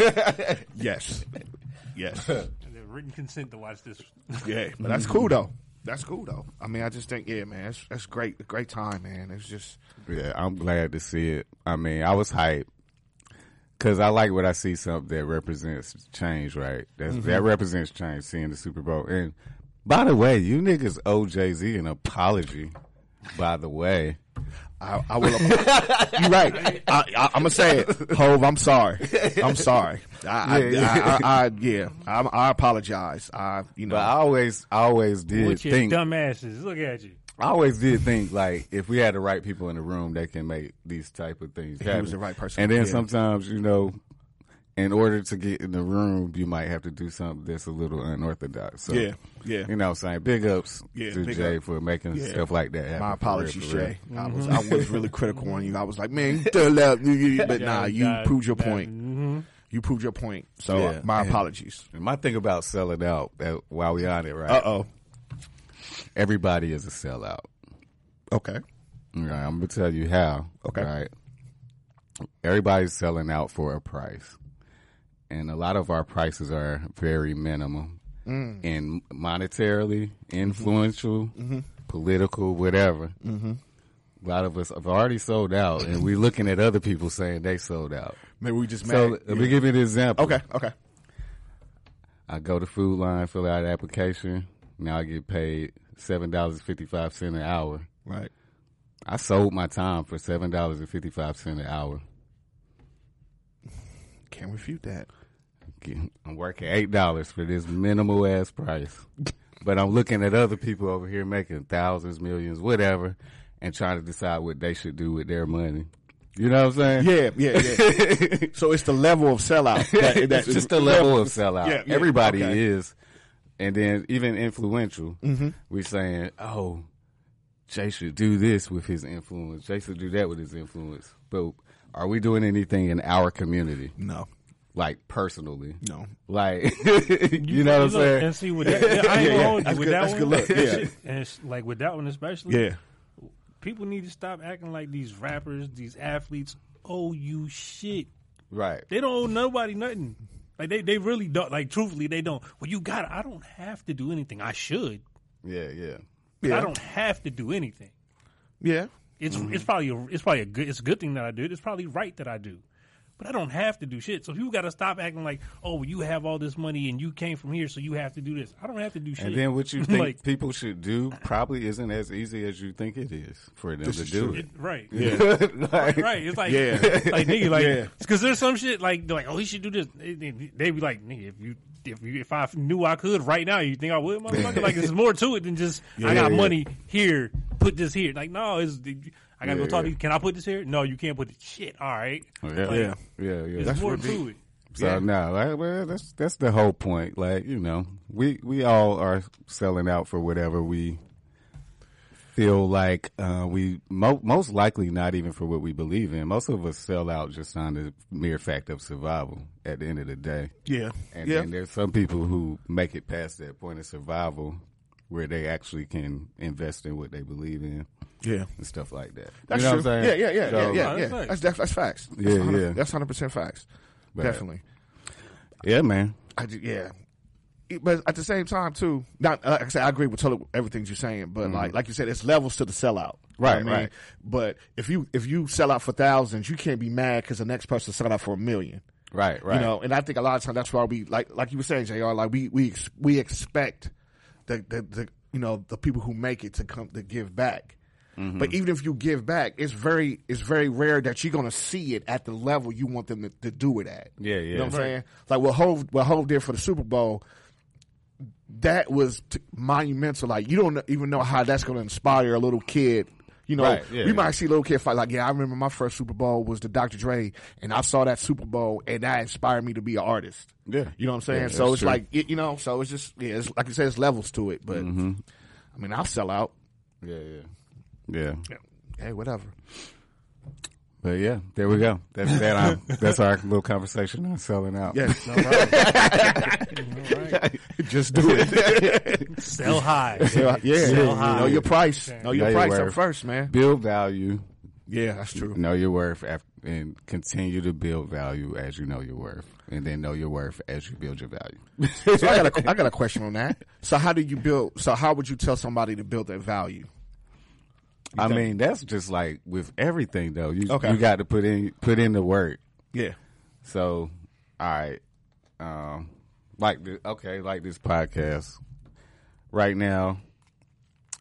yes. Yes. The written consent to watch this. Yeah. But that's cool though. That's cool though. I mean, I just think, yeah, man, that's, that's great. A great time, man. It's just, Yeah, I'm glad to see it. I mean, I was hyped because I like what I see something that represents change, right? That's, That Mm-hmm. represents change, seeing the Super Bowl. And by the way, you niggas owe Jay Z an apology, by the way. I, I will. you're right. I, I, I'm gonna say it, Hove. I'm sorry. I'm sorry. I, Yeah. I, I, I, I yeah. I, I apologize. I, you know, But I always, I always did With your think, dumb asses. Look at you. I always did think like if we had the right people in the room that can make these type of things was happen. the right person. And then Yeah. sometimes, you know, in order to get in the room, you might have to do something that's a little unorthodox. So, Yeah, yeah. You know what I'm saying? Big ups Yeah, to big Jay up. for making Yeah. stuff like that happen. my for real, apologies, for real. Jay. I was, Mm-hmm. I was really critical on you. I was like, man, you still up, you- you- but nah, you God, proved your that- Mm-hmm. point. You proved your point. So Yeah. my Yeah. apologies. And my thing about selling out, that, while we on it, right? Uh oh. Everybody is a sellout. Okay. Right, I'm gonna tell you how. Okay. Right. Everybody's selling out for a price, and a lot of our prices are very minimum, Mm. and monetarily influential, Mm-hmm. political, whatever. Mm-hmm. A lot of us have already sold out, and we're looking at other people saying they sold out. Maybe we just mad. So let me give you an example. okay. Okay. I go to Food Line, fill out an application. Now I get paid seven dollars fifty five cent an hour. Right. I sold my time for seven dollars and fifty five cent an hour. Can't refute that. I'm working eight dollars for this minimal ass price, but I'm looking at other people over here making thousands, millions, whatever, and trying to decide what they should do with their money. You know what I'm saying? Yeah, yeah, yeah. so it's the level of sellout. That, that It's just the level of sellout. Yeah, yeah, Everybody okay. Mm-hmm. is, and then even influential. We're saying, oh, Jay should do this with his influence. Jay should do that with his influence. But are we doing anything in our community, No, like personally? no. Like, you, know what I'm look, saying? And see, with that, I ain't yeah, gonna hold you. that's With good- that that's one, good look, that yeah. shit- and it's- like with that one especially, Yeah, people need to stop acting like these rappers, these athletes owe you shit. Right. They don't owe nobody nothing. Like they, they really don't. Like truthfully, they don't. Well, you got. I don't have to do anything. I should. Yeah, yeah. but Yeah. I don't have to do anything. yeah. It's Mm-hmm. it's probably a, it's probably a good it's a good thing that I do. It's probably right that I do, but I don't have to do shit. So people got to stop acting like, oh, well, you have all this money and you came from here, so you have to do this. I don't have to do shit. And then what you think Like- people should do probably isn't as easy as you think it is for them to is do true. it. It- right, Like, right. It's like Yeah. like nigga, like Yeah. because there's some shit like they're like oh he should do this. They, they, they be like nigga, if you if you if I knew I could right now, you think I would, motherfucker? like there's more to it than just I got yeah. money here, put this here. Like no, it's I gotta go Yeah, talk to yeah. you. Can I put this here? No, you can't put it. Shit, all right. Yeah, Like, yeah, yeah, yeah. There's more to it. So Yeah. no, like, well, that's that's the whole point. Like you know, we we all are selling out for whatever we feel like uh, we mo- most likely not even for what we believe in. Most of us sell out just on the mere fact of survival. At the end of the day, Yeah, and yeah. then there's some people who make it past that point of survival where they actually can invest in what they believe in yeah. and stuff like that. That's you know true. What I'm yeah, saying? yeah, yeah, So, yeah, yeah, No, yeah. That's that's facts. that's, that's facts. That's Yeah, 100 yeah. That's hundred percent facts. But- Definitely. yeah, man. I ju- yeah. It- But at the same time, too, not uh, like I said, I agree with totally everything you're saying. But like, like you said, it's levels to the sellout, You know what Mm-hmm. Right, I mean? right. But if you if you sell out for thousands, you can't be mad because the next person sold out for a million. Right, right. You know, and I think a lot of times that's why we like like you were saying, Jr. Like we we ex- we expect the, the the you know the people who make it to come to give back. Mm-hmm. But even if you give back, it's very it's very rare that you're gonna see it at the level you want them to, to do it at. Yeah, You know what I'm yeah. saying? Like what Hove what Hove did for the Super Bowl, that was t- monumental. Like you don't even know how that's gonna inspire a little kid. You know, Right, yeah, we yeah. might see little kid fight like, yeah, I remember my first Super Bowl was the Dr. Dre, and I saw that Super Bowl, and that inspired me to be an artist. Yeah. you know what I'm saying. Yeah, so that's it's true. like it, you know, so it's just yeah, it's like you said, it's levels to it. But Mm-hmm. I mean, I'll sell out. Yeah, yeah, yeah. Hey, whatever. But yeah, there we go. That's that. um that's our little conversation on selling out. Yeah, just do it. Sell high. yeah, yeah. Sell high. know your price. Know your Know your price up worth. first, man. Build value, Yeah, that's true. know your worth, af- and continue to build value as you know your worth, and then know your worth as you build your value. So I got a, I got a question on that. So how do you build? So how would you tell somebody to build their value? I mean, that's just like with everything though. You Okay. you got to put in put in the work. Yeah, So, all right, um, like the, okay, like this podcast right now,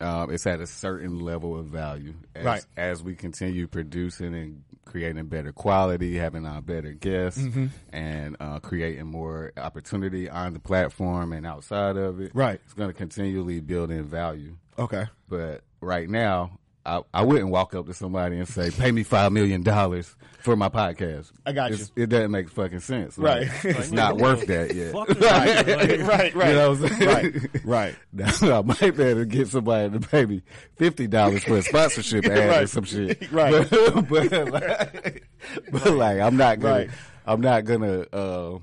um, it's at a certain level of value. As, Right. as we continue producing and creating better quality, having our better guests, Mm-hmm. and uh, creating more opportunity on the platform and outside of it, Right. It's going to continually build in value. Okay. But right now, I, I wouldn't walk up to somebody and say, "Pay me five million dollars for my podcast." I got It's- It doesn't make fucking sense. Like, Right. it's not worth that yet. Fuck it. Like, right, You know what I'm saying? right, right. Now, I might be able to get somebody to pay me fifty dollars for a sponsorship ad or Right. some shit. Right. But, but, like, but, like, I'm not gonna. Right. I'm not gonna. Uh,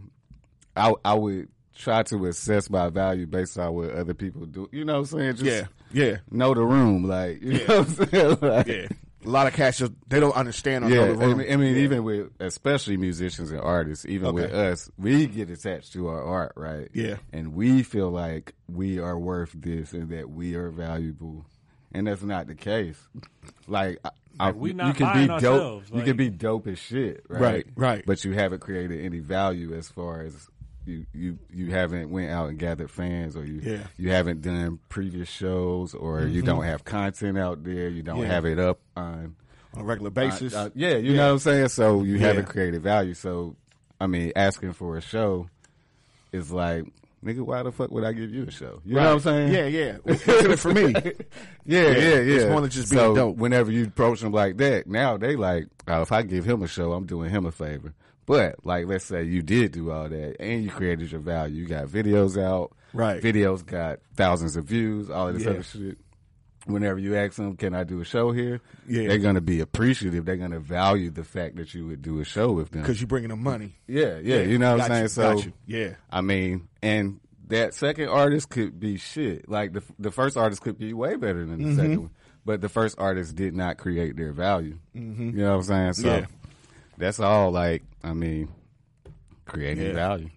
I I would try to assess my value based on what other people do. You know what I'm saying? Just Yeah, yeah, know the room, like you know what I'm saying? Like, yeah. A lot of cats just they don't understand. yeah, Yeah, the I room. mean, I mean, even with especially musicians and artists, even with us, we get attached to our art, right? Yeah. and we feel like we are worth this and that we are valuable, and that's not the case. Like, I, I, we you- not you can buying be dope, ourselves, you like- can be dope as shit, right? Right, right. But you haven't created any value as far as. You, you you haven't went out and gathered fans or you Yeah. Mm-hmm. you haven't done previous shows or you don't have content out there you don't Yeah. have it up on on a regular basis. uh, uh, yeah, you know what I'm saying? So you Yeah. haven't created value. So, I mean, asking for a show is like, Nigga, why the fuck would I give you a show? You know what I'm saying? Yeah, yeah. Consider it for me. Yeah, yeah, yeah. It's more than just being so dope. Whenever you approach them like that, now they like, oh, if I give him a show, I'm doing him a favor. But like, let's say you did do all that, and you created your value. You got videos out, Right. Videos got thousands of views, all of this Yeah. other shit. Whenever you ask them, "Can I do a show here?" Yeah. they're gonna be appreciative. They're gonna value the fact that you would do a show with them. Because you're bringing them money. Yeah, yeah, you know what Got I'm you, saying. got so you. Yeah. I mean, and that second artist could be shit. Like the the first artist could be way better than the second Mm-hmm. one, but the first artist did not create their value. You know what I'm saying? So Mm-hmm. Yeah. that's all. Like I mean, creating value.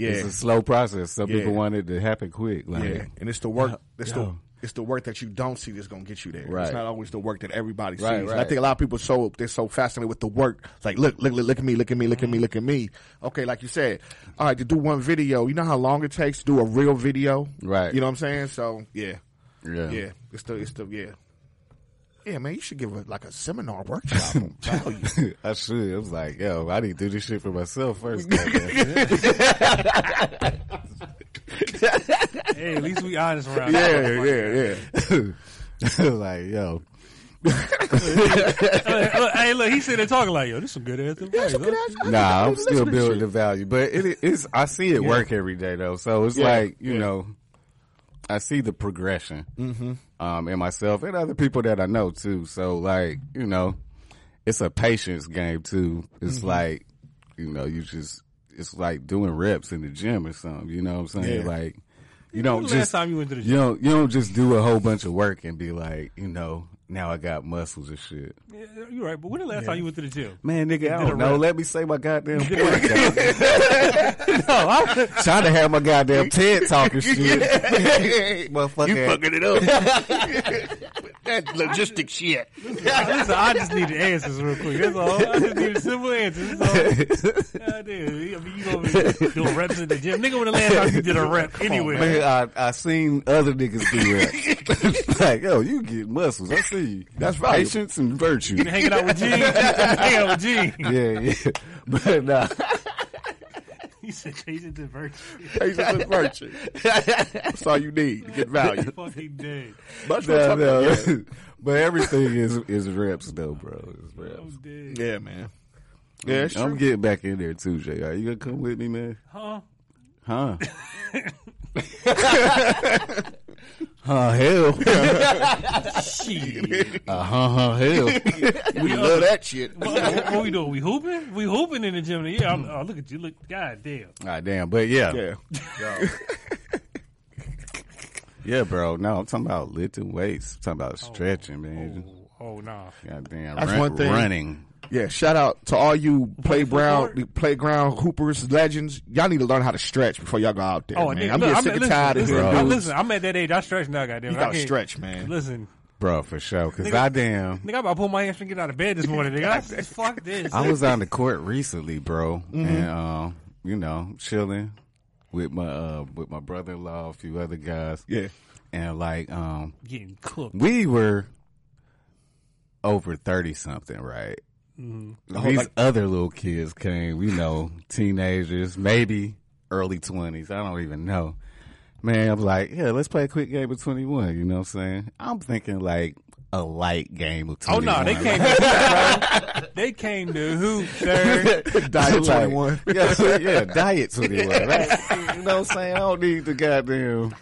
It's Yeah. a slow process. Some people Yeah. want it to happen quick. Like Yeah. And it's the work. It's the yo. it's the work that you don't see that's gonna get you there. Right. It's not always the work that everybody Right, sees. And I right. think a lot of people so they're so fascinated with the work. It's like, look, look, look, look at me, look at me, look at Mm-hmm. me, look at me. Okay, like you said, all right, to do one video, you know how long it takes to do a real video, Right. You know what I'm saying? So yeah, yeah, yeah, it's the it's the yeah, yeah, man. You should give a, like a seminar workshop on value. I should. I was like, yo, I need to do this shit for myself first. goddamn. Hey, at least we honest around. yeah, here. yeah, yeah. like, yo, Look, look, hey, look, he sitting there talking like, yo, this some good ass advice. Good huh? ass- I Nah, I'm was listening still to building shit. the value, but it is. I see it work every day though, so it's Yeah, like you yeah. Mm-hmm. know, I see the progression um, in myself and other people that I know too. So like you know, it's a patience game too. It's Mm-hmm. like you know, you just it's like doing reps in the gym or something. You know what I'm saying? Yeah. Like you don't When was the just last time you went to the you don't you don't just do a whole bunch of work and be like you know now I got muscles and shit. Yeah, you're right. But when the last time you went to the gym? Man, nigga, I did a don't know. rep. Let me say my goddamn word. dog. No, I, Trying to have my goddamn TED talking shit. Motherfucker. You fucking it up. that logistic shit. listen, I just needed answers real quick. That's all. I just needed simple answers. That's all. God damn. I mean, you gonna be doing reps in the gym? Nigga, when the last time you did a rep anyway? Man, I, I seen other niggas do that. like, yo, you get muscles. I see you. That's valuable. Patience and virtue. You hanging out with Gene? Hanging out with Gene. yeah, yeah. But nah. He said, chasing to virtue. Patience and virtue. That's all you need to get value. Fucking dead. Much more nah, talking- nah. yeah. but everything is is reps though, bro. It's I'm reps. dead. Yeah, man. Yeah, it's I'm true. getting back in there too, Jay. Are you gonna come with me, man? Huh? Huh? huh? Hell. Shit. Uh, huh? Huh? Hell. we love that shit. what, what- what we doing? We hooping? We hooping in the gym? Yeah. I'm, oh, look at you. Look, god damn. Ah, damn. But yeah. Yeah. Yeah, bro. No, I'm talking about lifting weights. I'm talking about stretching, man. Oh, oh nah. Goddamn. That's run- one thing. Running. Yeah, shout out to all you playground Football? playground hoopers, legends. Y'all need to learn how to stretch before y'all go out there, Oh, man. nigga, I'm look, getting sick and listen, tired of listen, hearing I'm, dudes. listen, I'm at that age. I stretch now, goddamn. You gotta stretch, man. Listen, Bro, for sure. Because I damn. nigga, I'm about to pull my hamstring and get out of bed this morning. Nigga, I said, fuck this. I was on the court recently, bro. Mm-hmm. And, uh, you know, chilling with my, uh, with my brother in law, a few other guys. Yeah. And like, um, getting cooked. we were over 30 something, right? Mm-hmm. These like- other little kids came, you know, teenagers, maybe early 20s. I don't even know. Man, I'm like, yeah, let's play a quick game of 21. You know what I'm saying? I'm thinking like a light game of Oh 21. no, they came. To hoop, bro. They came to hoop, sir. Diet 21. Yeah, yeah, diet 21, right? You know what I'm saying? I don't need the goddamn.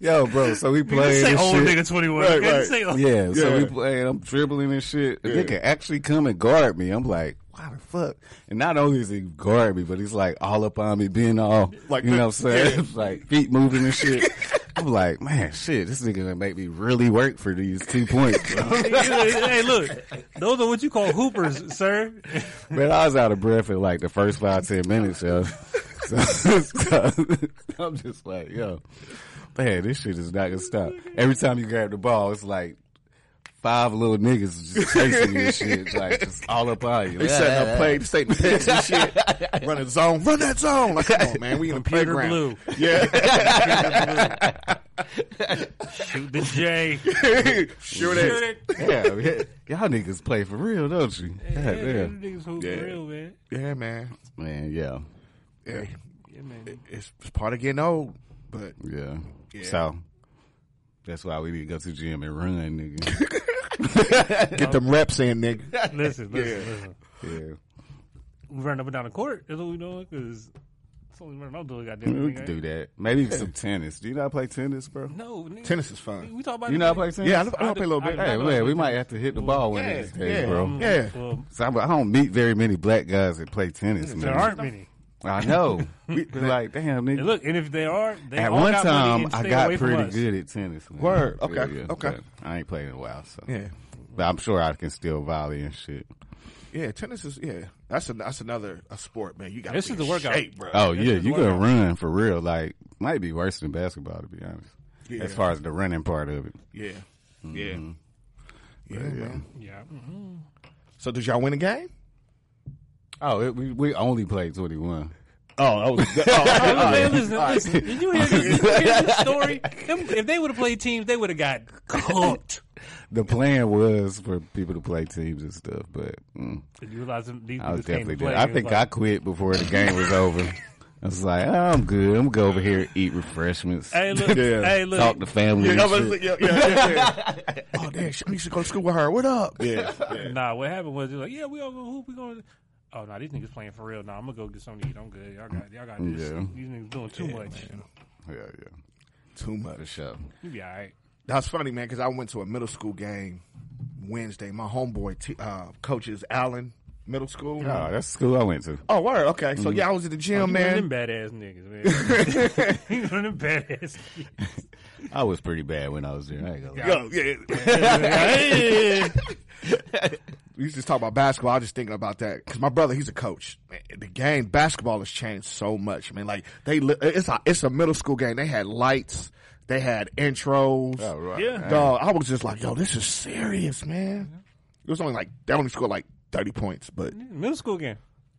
Yo, bro, so we Just played. say this old shit. nigga twenty one. Right, okay? right. Just say, old- Yeah, so Yeah. we playing. I'm dribbling and shit. They Nigga actually come and guard me. I'm like, why the fuck? And not only is he guard me, but he's like all up on me, being all Like like, you know what I'm this- saying? yeah. like feet moving and shit. I'm like, man, shit, this nigga gonna make me really work for these two points. bro. hey, look, those are what you call hoopers, sir. man, I was out of breath in like the first five ten minutes, yo. So, so I'm just like, yo, man, this shit is not gonna stop. Every time you grab the ball, it's like five little niggas just chasing you and shit, like just all up on you. They setting up plays, stating picks and shit. Running zone, run that zone. Like, come on, man, we in the Computer playground. blue. Yeah, Shoot the J. Shoot Shoot it. it. Yeah, yeah. y'all niggas play for real, don't you? Yeah, God man, damn. them niggas hoop Yeah. for real, man. Yeah, man. Man, yeah, Yeah, Yeah, man. it's, it's part of getting old, but yeah. Yeah. So that's why we need to go to the gym and run, nigga. get them reps in, nigga. Listen, listen, listen. yeah, We run up and down the court. That's what we doing because it's the only running I'm doing. I mean, Goddamn, we can do that. Maybe some tennis. Do you not play tennis, bro? No, nigga, Tennis is fun. We talk about You it, not nigga. play tennis? Yeah, I, know- I, know I play a little bit. I- Hey, man, we might have to hit the ball one of these Yeah, days, yeah. bro. Mm. Yeah. Well, So I'm, I don't meet very many black guys that play tennis, there man. aren't many. I know. we be like, damn, nigga. And look, and if they are, they At all one got money time, and I stay got away from pretty us. good at tennis. man. Word. Okay. Okay. but I ain't played in a while, so. yeah, But I'm sure I can still volley and shit. yeah. Tennis is yeah. That's an that's another a sport, man. You got This is the workout. shape, bro. Oh yeah, is you one can of run for real. Like might be worse than basketball to be honest. Yeah. As far as the running part of it. Yeah, Mm-hmm. yeah, yeah, man. Yeah, So did y'all win a game? Oh, it, we we only played twenty one. Oh, that Hey, listen, listen. Did you hear this, did you hear this story? Them, if they would have played teams, they would have got cooked. The plan was for people to play teams and stuff, but mm, Did you realize them, these I was dudes came definitely to play? dead. I think I quit before the game was over. I was like, oh, I'm good. I'm gonna go over here eat refreshments. Hey, look, hey, look. Talk to family. and shit. yeah, yeah, yeah, yeah. oh damn, shit, we used to go to school with her. What up? Yeah, yeah. Nah, what happened was they were like, yeah, we all go hoop. We going. Oh no, these niggas playing for real. Nah, I'm gonna go get something to eat. I'm good. Y'all got, y'all got this. Yeah. These niggas doing too much. Yeah, yeah, Too for much. sure. You be all right. That's funny, man, because I went to a middle school game Wednesday. My homeboy t- uh, coaches Allen Middle School. Oh, that's the school I went to. Oh, word. Okay, so yeah, I was at the Oh, gym, You man. One of them badass niggas, man. you one of them badass. niggas. I was pretty bad when I was there. I ain't gonna lie. Yo, yeah. we used to talk about basketball. I was just thinking about that because my brother, he's a coach. Man, the game basketball has changed so much. I mean, like they, li- it's a it's a middle school game. They had lights. They had intros. Oh, right. Yeah. Dog, I was just like, yo, this is serious, man. It was only like they only scored like thirty points, but Middle school game.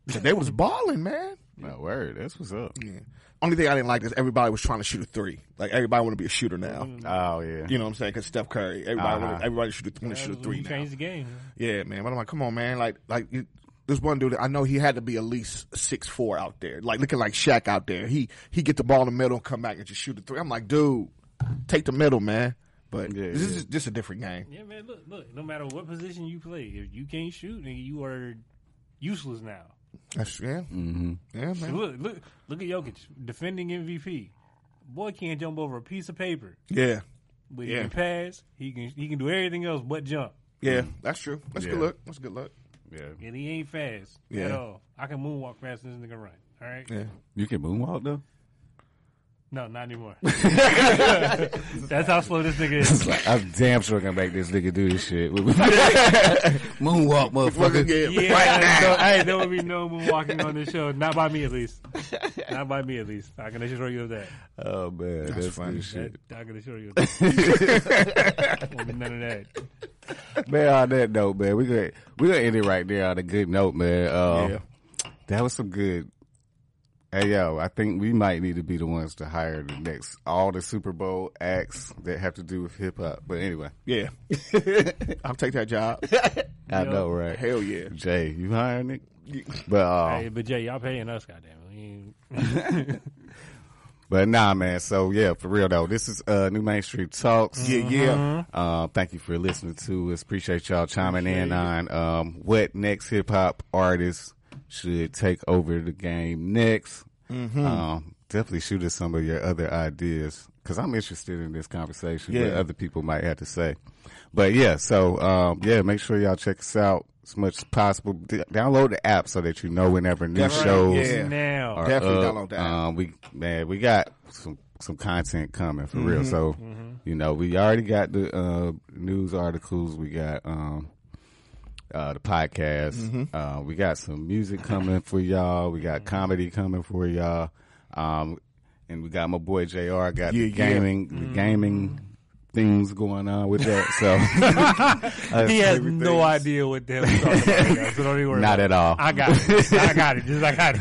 Mm-hmm. they was balling, man. No word. That's what's up. Yeah. Only thing I didn't like is everybody was trying to shoot a three. Like everybody want to be a shooter now. Oh yeah. You know what I'm saying? Because Steph Curry, everybody, Uh-huh. wanna, everybody shoot a, wanna shoot a three You now. changed the game. Yeah, man. But I'm like, come on, man. Like, like you, this one dude, I know he had to be at least six four out there, like looking like Shaq out there. He he get the ball in the middle, come back and just shoot a three. I'm like, dude, take the middle, man. But Yeah, this yeah. is just a different game. Yeah, man. Look, look. No matter what position you play, if you can't shoot, nigga, you are useless now. That's yeah, mm-hmm. yeah, man. Look, look, look at Jokic, defending MVP. Boy can't jump over a piece of paper, Yeah, but Yeah. he can pass. He can he can do everything else but jump, Mm. yeah. That's true. That's Yeah. good luck. That's good luck. Yeah. and he ain't fast at Yeah. all. I can moonwalk faster than this nigga run. All right, Yeah. You can moonwalk though. no, not anymore. That's how slow this nigga is. It's like, I'm damn sure gonna make this nigga do this shit. moonwalk, motherfucker. yeah. Yeah, I ain't no- I ain't there would be no moonwalking on this show. Not by me, at least. Not by me, at least. I can assure you of that. Oh man, that's, funny funny. shit. That- I can assure you. Of that. Won't be none of that. Man, on that note, man, we gonna we gonna end it right there on a good note, man. Uh, Yeah. That was some good. Hey yo, I think we might need to be the ones to hire the next all the Super Bowl acts that have to do with hip hop. But anyway, Yeah. I'll take that job. I Yo. know, right? Hell yeah. Jay, you hiring it? But uh, Oh. Hey, but Jay, y'all paying us, goddamn it. We ain't- But nah, man. So yeah, for real though, this is uh, New Main Street Talks. Yeah, Mm-hmm. yeah. Uh, thank you for listening to us. Appreciate y'all chiming in Appreciate on um, what next hip hop artist should take over the game next. Mm-hmm. Um, definitely shoot us some of your other ideas because I'm interested in this conversation. What Yeah. other people might have to say. But yeah, so um, yeah, make sure y'all check us out as much as possible. D- download the app so that you know whenever new That's right. shows Yeah. Now. are Definitely up. download the app. Um, we man, we got some some content coming for Mm-hmm. real. So you know, we already got the uh, news articles. We got um, uh, the podcast. Mm-hmm. Uh, we got some music coming for y'all. We got comedy coming for y'all. Um, and we got my boy Jr. Got Yeah, Mm-hmm. the yeah. gaming the gaming things going on with that. So He has no idea what the hell he's talking about. guys, so don't even worry. not at about all. it. I got it. I got it. Just I got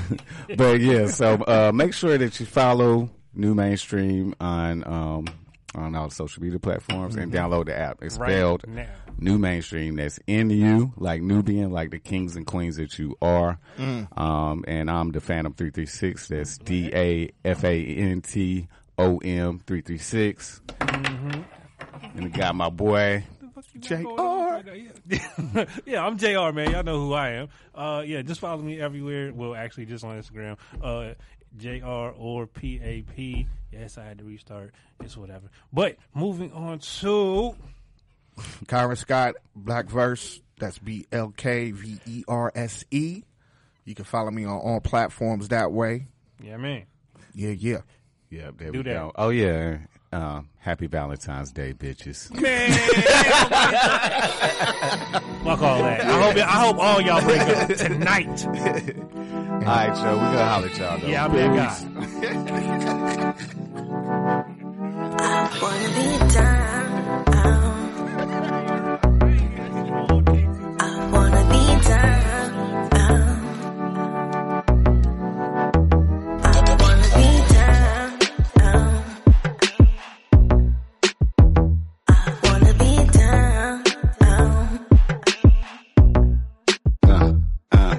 it. but yeah, so uh, make sure that you follow New Mainstream on um, on all the social media platforms and download the app. It's spelled Mm-hmm. Right now. New Mainstream. That's N U, like Nubian, like the kings and queens that you are. Mm. Um, and I'm the Phantom 336. That's D A F A N T O M 336. Mm-hmm. And it got my boy. JR. yeah, I'm JR, man. Y'all know who I am. Uh, yeah, just follow me everywhere. Well, actually, just on Instagram. Uh, JR or PAP. Yes, I had to restart. It's whatever. But moving on to. Kyron Scott, Black Verse. That's B L K V E R S E. You can follow me on all platforms that way. Yeah, man. Yeah, yeah. Yep, there we that. go. Oh, yeah. Um, happy Valentine's Day, bitches. Man. Fuck all that. I hope, I hope all y'all break up tonight. All right, Joe, we're going to holler at y'all, though. Yeah, I'm that guy. Wanna be down. I wanna be down. I wanna be down. I wanna be down. uh, uh,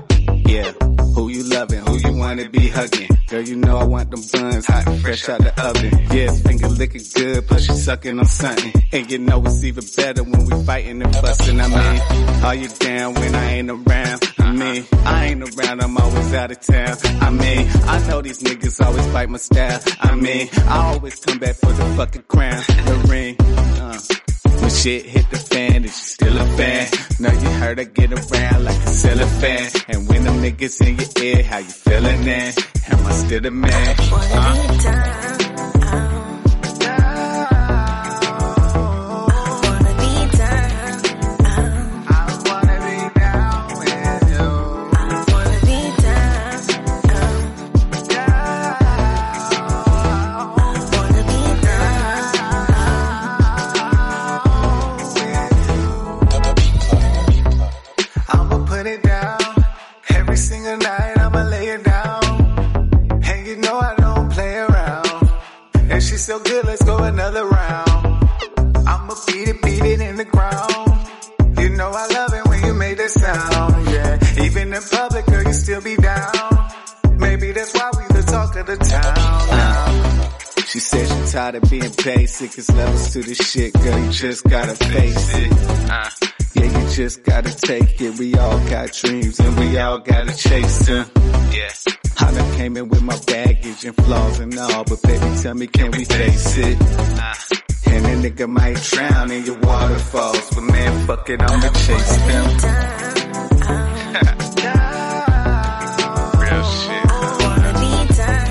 yeah. Who you loving? Who you wanna be hugging? Girl, you know I want them buns hot and fresh out the oven. Yeah, finger licking good, plus you sucking on something. And you know it's even better when we fighting and fussing. I mean, are you down when I ain't around? I mean, I ain't around, I'm always out of town. I mean, I know these niggas always fight my style. I mean, I always come back for the fucking crown, the ring. Uh. When shit hit the fan, it's still a fan. Now you heard I get around like a cellophane. And when them niggas in your ear, how you feeling then? Am I still the man? Wanna be down. I wanna be down. I wanna be down with you. I wanna be down. I wanna be I'ma put it down. Every single night, I'ma lay it down. And you know I don't play around. And she's so good, let's go another round. I'ma beat it, beat it in the ground. You know I love it when you make that sound, yeah. Even in public, girl, you still be down. Maybe that's why we the talk of the town now. She said she tired of being basic. It's levels to this shit, girl. You just gotta face it. Uh, yeah, you just gotta take it. We all got dreams and we all gotta chase them. Yeah. I done came in with my baggage and flaws and all, but baby, tell me, can we face it? Uh, and a nigga might drown in your waterfalls, but man, fuck it, I'ma chase them. Real shit. I wanna be down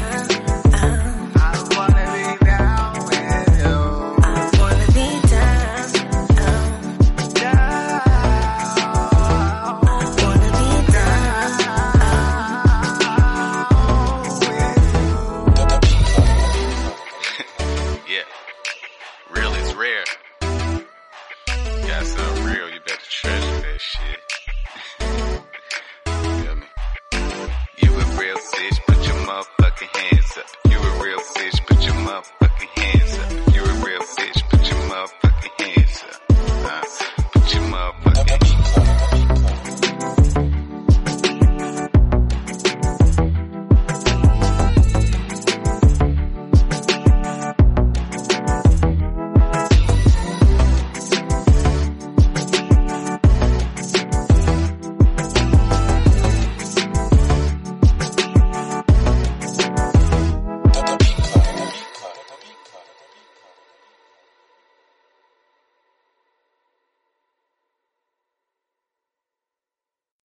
with you. Yeah. Real is rare. Got something real, you better treasure that shit. Feel me? You a real bitch, put your motherfucking hands up. You a real bitch, Uh,